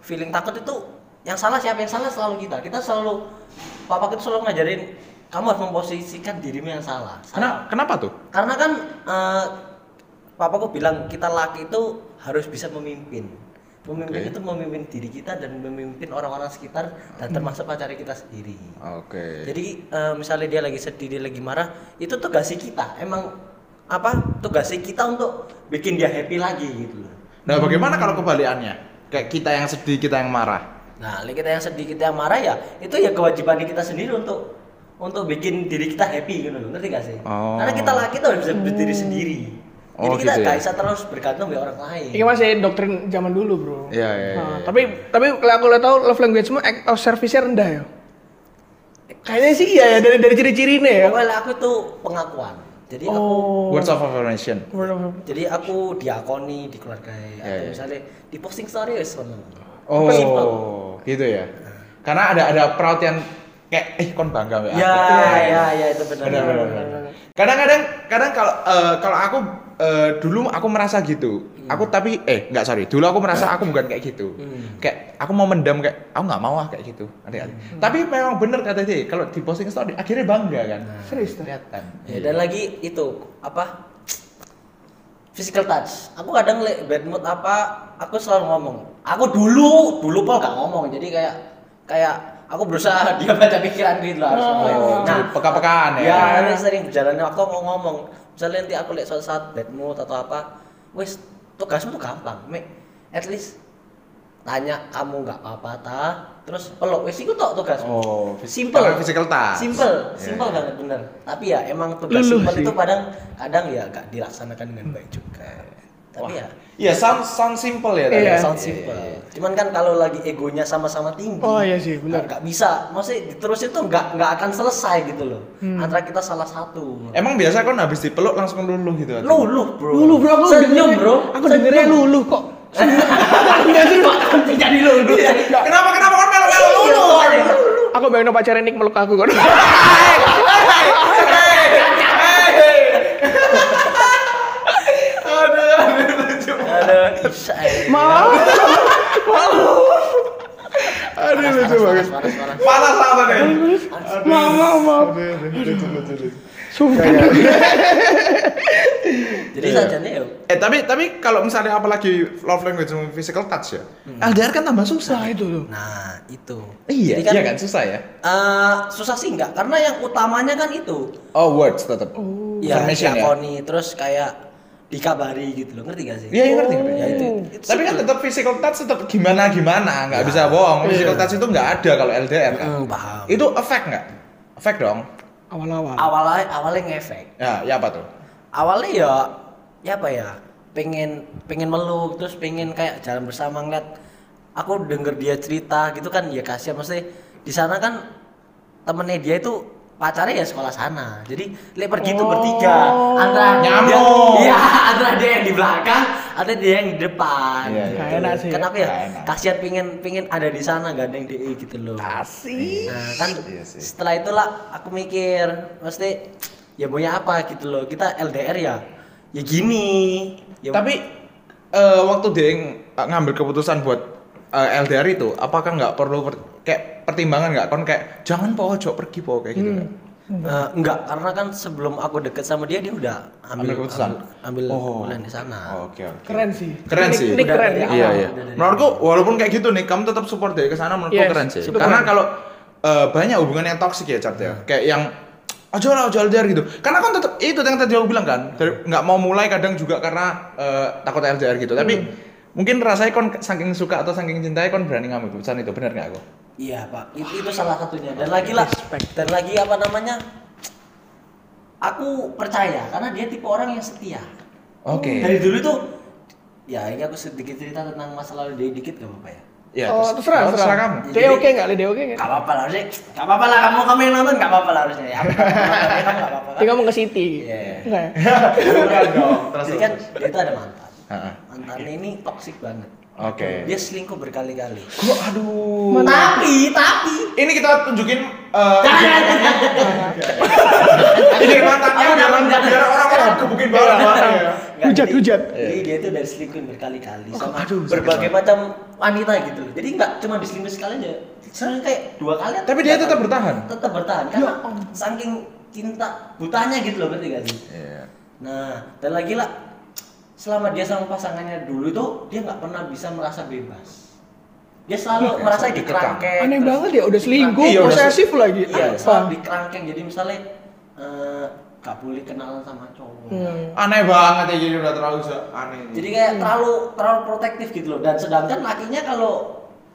S3: feeling takut itu yang salah siapa yang salah selalu kita. Kita selalu papaku itu selalu ngajarin kamu harus memposisikan dirimu yang salah.
S1: Kena, kenapa tuh?
S3: Karena kan eh, papaku bilang kita laki itu harus bisa memimpin. Memimpin
S1: Oke.
S3: itu memimpin diri kita dan memimpin orang-orang sekitar dan termasuk pacar kita sendiri.
S1: Hmm. Oke.
S3: Jadi eh, misalnya dia lagi sedih, dia lagi marah, itu tugasnya kita. Emang apa tugasnya kita untuk bikin dia happy lagi gitu loh.
S1: Nah, bagaimana kalau kebalikannya? Kayak kita yang sedih, kita yang marah.
S3: Nah, lagi kita yang sedih, kita yang marah ya, itu ya kewajiban kita sendiri untuk untuk bikin diri kita happy gitu loh. Ngerti gak sih?
S1: Oh.
S3: Karena kita laki itu harus bisa berdiri sendiri. Jadi
S1: Oh,
S3: kita
S1: gitu ya.
S3: gak bisa terus bergantung ke orang lain.
S2: Ini kan masih doktrin zaman dulu, Bro.
S1: Iya, iya,
S2: Nah,
S1: iya.
S2: tapi tapi kalau aku lihat tahu love language-mu act of service-nya rendah ya. Kayaknya sih iya ya dari dari ciri-cirinya ya.
S3: Well, aku tuh pengakuan. Jadi Iya, aku
S2: Oh.
S1: Words of affirmation.
S2: Word of-
S3: jadi aku diakoni di keluarga atau
S1: iya.
S3: misalnya di posting story wis seneng. Simple.
S1: Oh, gitu ya. Karena ada ada proud yang kayak eh kon bangga ya.
S3: Ya, ya, ya itu benar.
S1: Benar, benar, benar. Kadang-kadang kadang kalau eh, kalau aku eh, dulu aku merasa gitu.
S3: Hmm.
S1: Aku tapi eh nggak sorry. Dulu aku merasa aku bukan kayak gitu.
S3: Hmm.
S1: Kayak aku mau mendam kayak aku nggak mau ah kayak gitu. Ngerti nggak?
S3: Hmm.
S1: Tapi memang bener kata dia kalau di posting story akhirnya bangga kan.
S3: Nah,
S2: Serius tuh.
S1: Kelihatan.
S3: Ya, dan lagi itu apa? Physical touch. Aku kadang le, bad mood apa, aku selalu ngomong. Aku dulu, dulu pol gak ngomong. Jadi kayak kayak aku berusaha <laughs> dia baca pikiran gitu lah. harus ngomong.
S1: Oh, peka-pekaan ya.
S3: Ya, ini sering berjalannya waktu aku ngomong. Misalnya nanti aku lihat suatu saat bad mood atau apa, wes tugasmu tuh gampang, Mek. At least tanya kamu nggak apa-apa ta terus peluk wis iku tok tugas
S1: Oh, phys-
S3: simple
S1: karena physical task.
S3: simple
S1: Iya,
S3: simple
S1: iya.
S3: banget bener tapi ya emang tugas
S2: Luluh
S3: simple
S2: sih.
S3: itu kadang kadang ya gak dilaksanakan dengan baik juga tapi ya
S1: Iya, sound sound simple ya tadi.
S2: Iya.
S3: sound simple cuman kan kalau lagi egonya sama-sama tinggi
S2: Oh, iya sih, bener.
S3: nggak bisa maksudnya terus itu nggak nggak akan selesai gitu loh
S2: Hmm.
S3: antara kita salah satu
S1: Emang biasa kan habis dipeluk langsung luluh gitu. hati?
S3: luluh bro
S2: Lulu bro, aku dengerin-
S3: senyum bro
S2: Aku dengernya
S3: Senyum.
S2: lulu kok. Enggak sih.
S3: jadi lulu
S1: Kenapa kenapa kan melo melo luluh?
S2: Aku bayangin pacarnya Nick meluk aku kan.
S1: iya. <laughs> Aduh, aduh, lucu.
S3: Aduh, Isa, eh.
S2: <laughs> <laughs> Mau.
S1: Aduh, lucu banget.
S3: Panas, panas, panas.
S1: Panas apa nih?
S2: Mau mau mau.
S1: Aduh, aduh, lucu, lucu, lucu.
S2: Sumpah.
S3: Jadi
S2: Iya.
S3: sajane ya
S1: Eh tapi tapi kalau misalnya apalagi love language sama physical touch ya, LDR kan tambah susah.
S2: Nah itu tuh.
S3: Nah, itu.
S1: Iya,
S3: Jadi kan,
S1: iya kan susah ya.
S3: eh, susah sih enggak karena yang utamanya kan itu.
S1: Oh words tetap.
S3: Ya,
S1: Information ya?
S3: diakoni terus kayak dikabari gitu loh. Ngerti gak sih?
S1: Iya, iya ngerti ngerti.
S3: Ya, itu. itu
S1: Tapi kan
S3: simple.
S1: tetap physical touch tetap gimana gimana,
S3: Iya.
S1: nggak bisa bohong. Physical touch itu nggak ada kalau LDR kan.
S3: Hmm, paham.
S1: Itu efek nggak? Efek dong.
S2: Awal-awal.
S3: Awalnya awalnya ngefek.
S1: Ya, ya apa tuh?
S3: Awalnya ya ya apa ya? Pengen pengen meluk terus pengen kayak jalan bersama ngeliat aku denger dia cerita gitu kan ya kasihan maksudnya di sana kan temennya dia itu pacarnya ya sekolah sana jadi lihat pergi tuh bertiga antara dia-
S1: Oh. Nyambung.
S3: iya <laughs> antara dia yang di belakang atau dia yang di depan
S1: Iya, iya.
S2: Nggak enak sih.
S3: kenapa ya
S1: Nggak enak.
S3: kasihan pingin pingin ada di sana gandeng DI gitu loh
S1: Asih.
S3: nah kan
S1: Iya sih.
S3: setelah itulah aku mikir mesti ya punya apa gitu loh kita LDR ya ya gini
S2: Iya,
S3: ya,
S1: Tapi eh, waktu dia ng- ngambil keputusan buat eh, LDR itu, apakah nggak perlu per- kayak pertimbangan nggak? Kon kayak jangan po, jok pergi po kayak
S2: Hmm.
S1: gitu. nggak?
S3: eh, enggak karena kan sebelum aku deket sama dia dia udah ambil
S1: Ambil keputusan.
S3: ambil, ambil
S1: Oh.
S3: bulan di sana
S1: Oke. oke.
S2: Keren sih.
S1: Keren
S2: Nick-
S1: sih.
S2: Nick
S3: Udah
S2: keren. Oh,
S3: dari
S2: Nick
S1: Iya
S2: keren.
S1: iya. Menurutku walaupun kayak gitu nih, kamu tetap support dia ke sana menurutku
S2: Yes,
S1: keren sih.
S2: itu
S1: Karena
S2: keren. Hmm.
S1: kalau eh, banyak hubungan yang toksik ya Cat ya. Kayak yang ojo lah ojo LDR gitu. Karena kan tetap itu yang tadi aku bilang kan,
S2: Hmm.
S1: dari- nggak mau mulai kadang juga karena eh, takut LDR gitu. Tapi
S2: Hmm.
S1: mungkin rasanya kon saking suka atau saking cintai kon berani ngambil keputusan itu benar nggak aku?
S3: Iya pak, itu, itu salah satunya.
S1: Oh.
S3: Dan lagi lah,
S2: Respect.
S3: dan lagi apa namanya? Aku percaya karena dia tipe orang yang setia.
S1: Oke.
S3: Dari dulu tuh, ya ini aku sedikit cerita tentang masa lalu dia dikit gak apa-apa ya?
S1: Ya,
S2: Oh,
S1: terus-
S2: terserah,
S1: terserah
S2: terserah.
S1: kamu.
S2: Dia oke nggak? Dia oke nggak?
S3: Gak apa-apa lah harusnya, gak apa-apa lah kamu kamu yang nonton gak apa-apa lah harusnya ya. Aku- aku- Kamu gak apa-apa kan?
S2: Dia ngomong ke Siti.
S3: Iya.
S2: Enggak ya?
S1: Bukan dong. Terus,
S3: Jadi kan
S1: terus.
S3: dia itu ada mantan.
S1: Ha-ha.
S3: Mantannya ini toksik banget.
S1: Oke.
S3: Dia selingkuh berkali-kali.
S1: Iya. Gua- aduh.
S3: Tapi, tapi
S1: Ini kita tunjukin eh, ini mantannya
S3: Ayo,
S1: biar
S3: jangan,
S1: biar orang-orang
S2: Iya.
S1: kebukin banget. ya.
S3: Nggak,
S2: Hujat,
S3: jadi-
S2: hujat.
S3: Jadi dia itu dari selingkuh berkali-kali sama
S1: Oh, aduh, sakit
S3: berbagai macam wanita gitu loh. Jadi nggak cuma diselingkuh sekali aja. Sebenarnya kayak dua kali. atau
S1: Tapi
S3: tiga
S1: dia tetap
S3: kali.
S1: bertahan? Ya
S3: Tetap bertahan karena saking cinta butanya gitu loh berarti gak sih?
S1: Iya.
S3: Nah, dan lagi lah selama dia sama pasangannya dulu itu dia nggak pernah bisa merasa bebas. Dia selalu
S1: Iya,
S3: merasa
S1: selalu
S3: dikerangkeng.
S2: Aneh
S3: terus
S2: banget ya udah selingkuh,
S1: Iya, udah-
S2: posesif lagi.
S3: Iya, selalu
S2: Apa?
S3: dikerangkeng. Jadi misalnya eh, nggak boleh kenalan sama cowok.
S2: Hmm.
S1: Aneh banget ya jadi udah terlalu se- aneh.
S3: Jadi kayak terlalu terlalu protektif gitu loh. Dan sedangkan lakinya kalau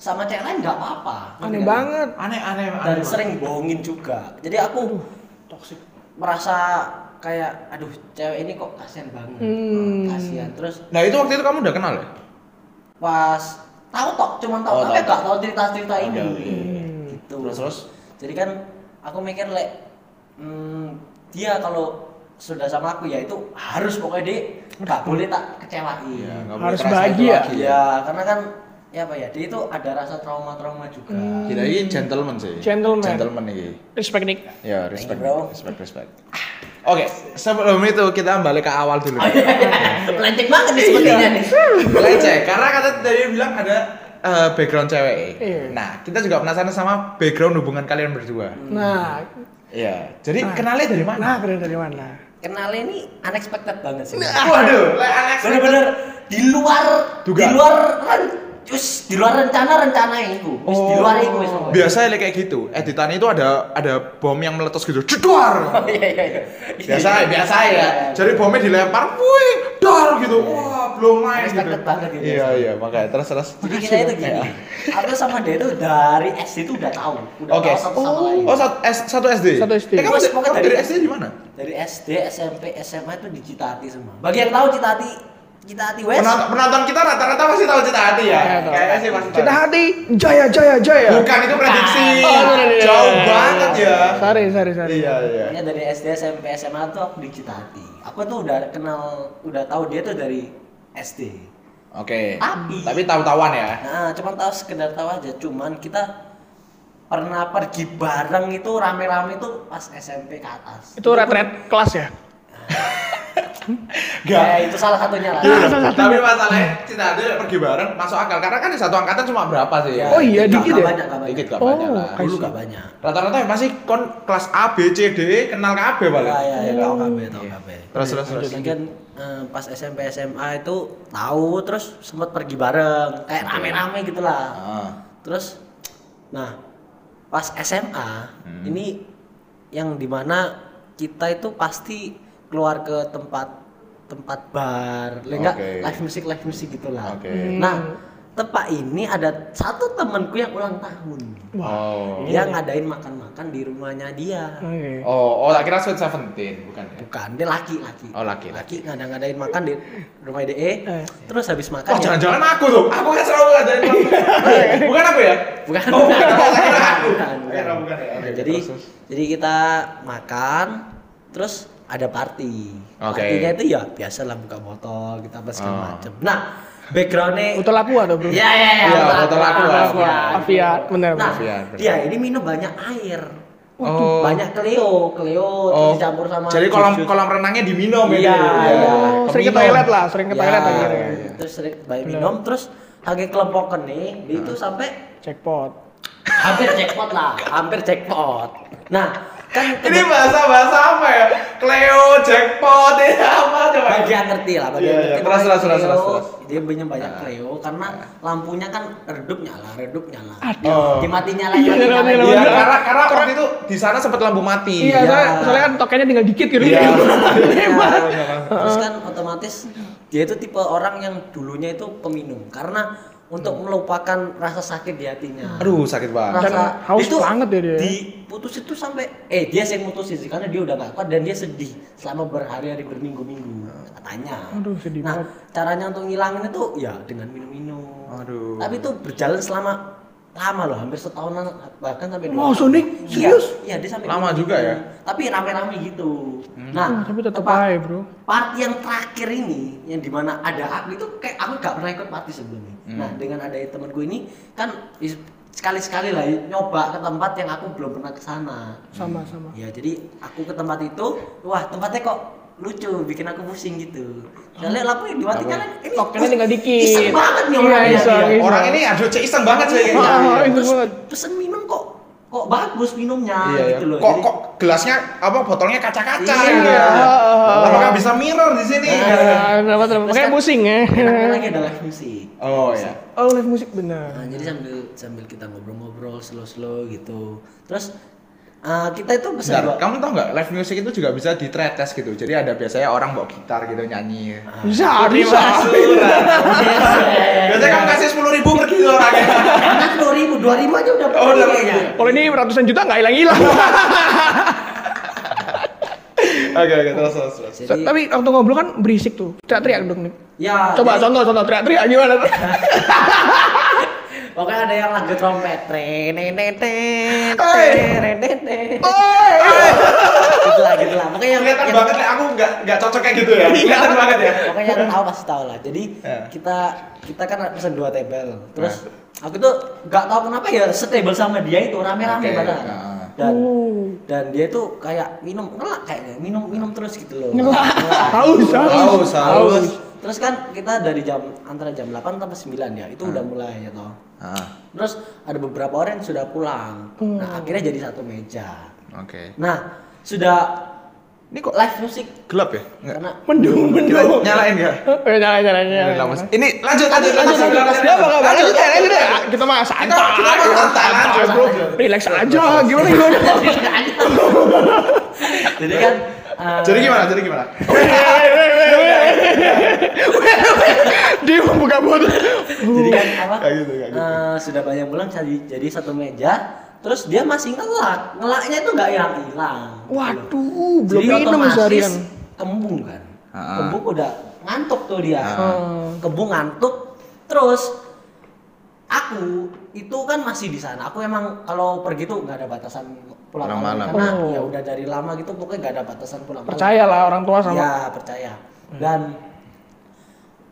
S3: sama cewek lain nggak apa-apa.
S2: Aneh banget.
S1: aneh aneh aneh.
S3: Dan
S1: banget.
S3: sering bohongin juga. Jadi
S2: Uh.
S3: aku toksik merasa kayak aduh cewek ini kok kasihan banget.
S2: Hmm.
S3: Kasihan. Terus
S1: Nah itu waktu itu kamu udah kenal ya?
S3: pas tahu tok cuman tahu
S1: Oh, tahu,
S3: tapi nggak tahu cerita-cerita ini.
S1: Oke, oke.
S2: Hmm.
S3: Gitu.
S1: Terus, terus?
S3: Jadi kan aku mikir lek hmm, dia kalau sudah sama aku ya itu harus pokoknya dia nggak boleh tak
S1: nggak
S3: kecewain.
S2: Harus
S1: Iya, boleh kerasa itu
S2: bahagia.
S1: lagi. ya?
S3: Iya, karena kan ya apa ya, dia itu ada rasa trauma-trauma juga. <laughs>
S1: Kita ini gentleman sih.
S2: Gentleman.
S1: Gentleman nih.
S2: Respect Nick.
S1: Ya respect,
S3: Thank you, bro.
S1: respect, respect. Oke, sebelum itu kita balik ke awal dulu.
S3: Oh iya, melenceng banget nih sepertinya
S1: Iya.
S3: nih.
S1: Leceh, karena kata tadi bilang ada eh, background cewek.
S2: Iya.
S1: Nah, kita juga penasaran sama background hubungan kalian berdua.
S2: Nah,
S1: Iya. Jadi kenalnya dari mana?
S2: nah keren dari mana?
S3: Kenalnya ini unexpected banget sih.
S1: Waduh, like Alex.
S3: Bener-bener di luar
S1: Dugaan.
S3: di luar ren- Terus di luar rencana rencana itu. Wis di luar iku wis. pokoknya.
S1: Biasa like, kayak gitu, editan itu ada ada bom yang meletus gitu, ceduar.
S3: Iya iya iya.
S1: Biasa ya, biasa ya.
S3: Iya, iya.
S1: Jadi bomnya dilempar, wuih, dar gitu. Wah, belum main gitu.
S3: Respected banget gitu.
S1: Iya, iya, makanya terus terus.
S3: Jadi kita itu gini. Aku sama dia itu dari SD itu udah tahu, udah
S1: Oke.
S3: tahu satu sama lain.
S1: Oh, satu, S- satu SD.
S2: Satu SD.
S1: Eh, kamu,
S3: Mas, pokoknya
S1: kamu
S3: dari-
S1: dari SD di mana?
S3: Dari SD, SMP, SMA itu di Citati semua. Bagi yang tahu Citati, Citati West.
S1: Penonton, penonton kita rata-rata masih tahu cita hati ya.
S2: Iya, tahu.
S1: Kayaknya sih masih tahu.
S2: Cita hati jaya jaya jaya.
S1: Bukan itu prediksi.
S2: Oh, iya, iya, iya.
S1: Jauh banget ya.
S2: Sorry sorry sorry.
S1: Iya, iya.
S3: Ya dari SD, SMP, SMA tuh aku di Citati. Aku tuh udah kenal, udah tahu dia tuh dari SD.
S1: Oke.
S3: Tapi-
S1: Tapi tahu-tahuan ya.
S3: Nah, cuman tahu sekedar tahu aja. Cuman kita pernah pergi bareng itu rame-rame itu pas SMP ke atas.
S2: Itu retret kelas ya.
S1: Gak.
S3: Ya, itu salah satunya lah.
S2: Iya. Satu-satunya.
S1: Tapi masalahnya cita hati ya, pergi bareng masuk akal karena kan di satu angkatan cuma berapa sih ya?
S2: Oh, iya,
S3: Nggak-
S2: dikit
S3: nggak
S2: ya?
S3: Banyak, nggak banyak.
S1: Dikit gak
S2: Oh,
S1: banyak lah.
S2: I
S3: Dulu
S2: see.
S3: nggak banyak.
S1: Rata-rata ya masih kon kelas A, B, C, D E, kenal KB paling.
S3: Ya, ya, ya, tahu KB, tahu KB.
S1: Iya. Terus terus terus.
S3: Jadi kan eh, pas SMP SMA itu tahu terus sempat pergi bareng kayak rame-rame gitu lah.
S1: Ah.
S3: Terus nah pas SMA
S1: Hmm.
S3: ini yang dimana kita itu pasti keluar ke tempat tempat bar, enggak
S1: Oke.
S3: live music live music gitulah.
S1: Oke.
S3: Nah tempat ini ada satu temanku yang ulang tahun.
S2: Wah.
S1: Oh.
S3: Dia ngadain makan-makan di rumahnya dia.
S2: Oke.
S1: Oh, oh tak kira Sweet Seventeen bukan ya?
S3: Bukan, dia laki-laki.
S1: Oh, laki,
S3: Laki ngada-ngadain makan di rumah DE.
S2: Eh.
S3: Terus habis makan
S1: Oh,
S3: ya-
S1: jangan-jangan aku tuh. Aku kan selalu ngajarin kamu.
S3: Iya.
S1: Bukan aku ya?
S3: Bukan.
S1: Oh, bukan. Oh, saya kira aku.
S3: Bukan, bukan. Nah,
S1: Kira bukan ya. Oke,
S3: jadi
S1: terus, terus.
S3: jadi kita makan terus ada party.
S1: Oke.
S3: Partinya itu ya biasa lah buka botol, kita apa segala
S1: Oh.
S3: macem. Nah, backgroundnya
S2: Utol aku atau bro?
S3: Ya ya ya.
S1: Iya,
S3: betul
S1: botol
S3: aku,
S1: aku,
S3: aku,
S1: iya.
S3: aku.
S2: Afiat, bener,
S3: Nah,
S1: bener.
S3: dia ini minum banyak air.
S1: Oh.
S3: Banyak keleo, keleo terus dicampur sama
S1: Jadi kolam
S3: jus-jus.
S1: kolam renangnya diminum gitu.
S3: Iya, iya.
S2: Oh, sering ke toilet lah, sering ke toilet
S3: Ya,
S2: akhirnya.
S3: Terus sering banyak minum, terus lagi kelompok nih,
S1: Nah.
S3: dia itu sampai
S2: Jackpot.
S3: hampir jackpot lah, hampir jackpot. Nah, kan
S1: Ini bahasa bahasa apa ya? Cleo jackpot ini apa coba?
S3: bagi yang ngerti lah, bagi
S1: Iya,
S3: yang
S1: iya.
S3: ngerti.
S1: Terus, terus, terus,
S3: Cleo,
S1: terus, terus. Nah.
S3: Dia punya banyak Cleo karena lampunya kan redup nyala, redup nyala.
S2: Aduh.
S1: Oh.
S3: Dimati nyala,
S2: Iya,
S3: mati
S2: nyala,
S3: nyala.
S2: nyala.
S1: Iya, karena karena waktu itu di sana sempat lampu mati.
S2: Iya,
S3: Iya.
S2: soalnya, soalnya kan tokennya tinggal dikit gitu.
S1: Iya.
S2: Hebat.
S3: Terus kan otomatis dia itu tipe orang yang dulunya itu peminum karena
S1: Hmm.
S3: untuk melupakan rasa sakit di hatinya.
S1: Aduh, sakit banget.
S2: Dan haus banget ya dia.
S3: Diputusin tuh sampai eh dia sih yang mutusin sih karena dia udah gak kuat dan dia sedih selama berhari-hari berminggu-minggu katanya.
S2: Aduh, sedih
S3: Nah,
S2: banget.
S3: caranya untuk ngilangin itu ya dengan minum-minum.
S1: Aduh.
S3: Tapi itu berjalan selama lama loh, hampir setahunan bahkan sampai dua.
S2: Wah,
S3: tahun.
S2: Sonic,
S3: Iya,
S2: Oh, serius?
S3: Iya, dia sampai
S1: Lama
S3: dua
S1: juga ya?
S3: tahun. Tapi rame-rame gitu. Nah,
S2: Hmm, <laughs> tapi tetap
S3: tepat-
S2: aja, bro.
S3: Part yang terakhir ini yang dimana ada aku itu kayak aku gak pernah ikut party sebelumnya. Nah dengan ada temanku ini kan is- sekali-sekali lah ya, nyoba ke tempat yang aku belum pernah ke sana.
S2: Sama-sama.
S3: Ya jadi aku ke tempat itu, wah tempatnya kok lucu, bikin aku pusing gitu. Soalnya lampu yang dimatikan kan ini
S2: Tokennya tinggal dikit.
S3: Iseng banget nih orang
S2: Iya,
S3: ini.
S2: iseng,
S3: Iya.
S2: iseng.
S1: Orang ini aduh cek iseng banget sih.
S2: Iya. Ah, iseng
S3: Terus
S2: banget.
S3: pesen minum kok kok bagus minumnya
S1: Iya, iya.
S3: gitu loh.
S1: Kok
S3: Jadi-
S1: kok gelasnya apa botolnya kaca-kaca
S3: Iya.
S1: gitu. ya?
S2: Iya.
S1: Apakah bisa mirror di sini?
S2: Iya, kenapa terus?
S3: Terus
S2: Kayak
S3: kan-
S2: pusing ya.
S3: Enaknya lagi ada live music.
S1: Oh iya.
S2: Oh, live musik bener.
S3: Nah, jadi sambil sambil kita ngobrol-ngobrol slow-slow gitu. Terus eh, kita itu pesan
S1: Bentar,
S3: dua. <laughs>
S1: kamu tau nggak live music itu juga bisa di thread test gitu. Jadi ada biasanya orang bawa gitar gitu nyanyi.
S2: Bisa, bisa.
S3: Iya,
S1: Biasanya kamu kasih sepuluh ribu pergi tuh orangnya.
S3: Karena dua ribu, dua ribu aja udah
S1: Oh,
S3: penuh ya.
S1: udah
S3: kayaknya.
S2: Kalau ini ratusan juta nggak hilang-hilang. <laughs>
S1: Oke oke terus terus terus.
S3: Jadi
S2: Tapi waktu ngobrol kan berisik tuh. Teriak-teriak dong nih.
S3: ya
S2: Coba
S3: jadi,
S2: contoh-contoh teriak-teriak gimana tuh?
S3: Pokoknya ada yang lagu trompet. Treneneten,
S2: Oi.
S3: treneneten.
S2: Oi!
S3: Gitu lah, gitu lah. Makanya yang
S1: Kelihatan
S3: yang-
S1: banget ya aku nggak nggak cocok kayak gitu ya. Kelihatan banget ya.
S3: Pokoknya yang tahu pasti tahu lah. Jadi
S1: Ya.
S3: kita kita kan pesen dua table. Terus aku tuh nggak tahu kenapa ya setable sama dia itu rame-rame
S1: Oke,
S3: padahal.
S1: ya.
S3: Dan
S2: Oh.
S3: dan dia tuh kayak minum ngelak kayaknya minum minum terus gitu loh.
S2: Ngelak. <laughs>
S3: Ngelak.
S2: Haus, haus.
S1: Haus, haus.
S3: Terus kan kita dari jam antara jam 8 sampai 9 ya, itu
S1: Hmm.
S3: udah mulai ya toh.
S1: Ah
S3: Terus ada beberapa orang yang sudah pulang. Nah, akhirnya jadi satu meja.
S1: oke.
S3: Nah, sudah
S1: Ini kok
S3: live musik
S1: gelap ya? Enggak. <laughs>
S3: karena
S2: Mendung, mendung.
S1: Nyalain enggak?
S2: Eh, nyalain, nyalain, nyalain.
S1: Lama sih. Ini lanjut Iya, lanjut lanjut lanjut.
S2: Lanjut, lanjut,
S1: lanjut,
S2: lanjut, apa kabar?
S1: lanjut,
S2: Lanjut, ya, lanjut,
S1: lanjut.
S2: ya. Kita mah santai,
S1: kita mah santai,
S2: santai,
S1: lanjut,
S2: bro.
S1: lanjut.
S2: Relax aja, gimana gimana?
S3: jadi kan eh,
S1: Jadi gimana? Jadi gimana?
S2: Dia mau buka botol.
S3: jadi
S1: <laughs>
S3: kan apa
S1: Kayak gitu, kayak gitu.
S3: eh, sudah banyak bulan jadi jadi satu meja terus dia masih ngelak ngelaknya itu nggak hilang hilang Gitu
S2: Waduh, belum
S3: jadi
S2: minum ya
S3: otomatis
S2: seharian.
S3: kembung kan
S1: Ah.
S3: kembung udah ngantuk tuh dia
S1: Ah.
S3: kembung ngantuk terus aku itu kan masih di sana aku emang kalau pergi tuh nggak ada batasan pulang
S1: Pulang malam.
S3: malam karena
S2: Oh.
S3: ya udah dari lama gitu pokoknya nggak ada batasan pulang malam
S2: Percayalah orang tua
S1: Iya.
S2: sama. Hmm.
S3: ya percaya dan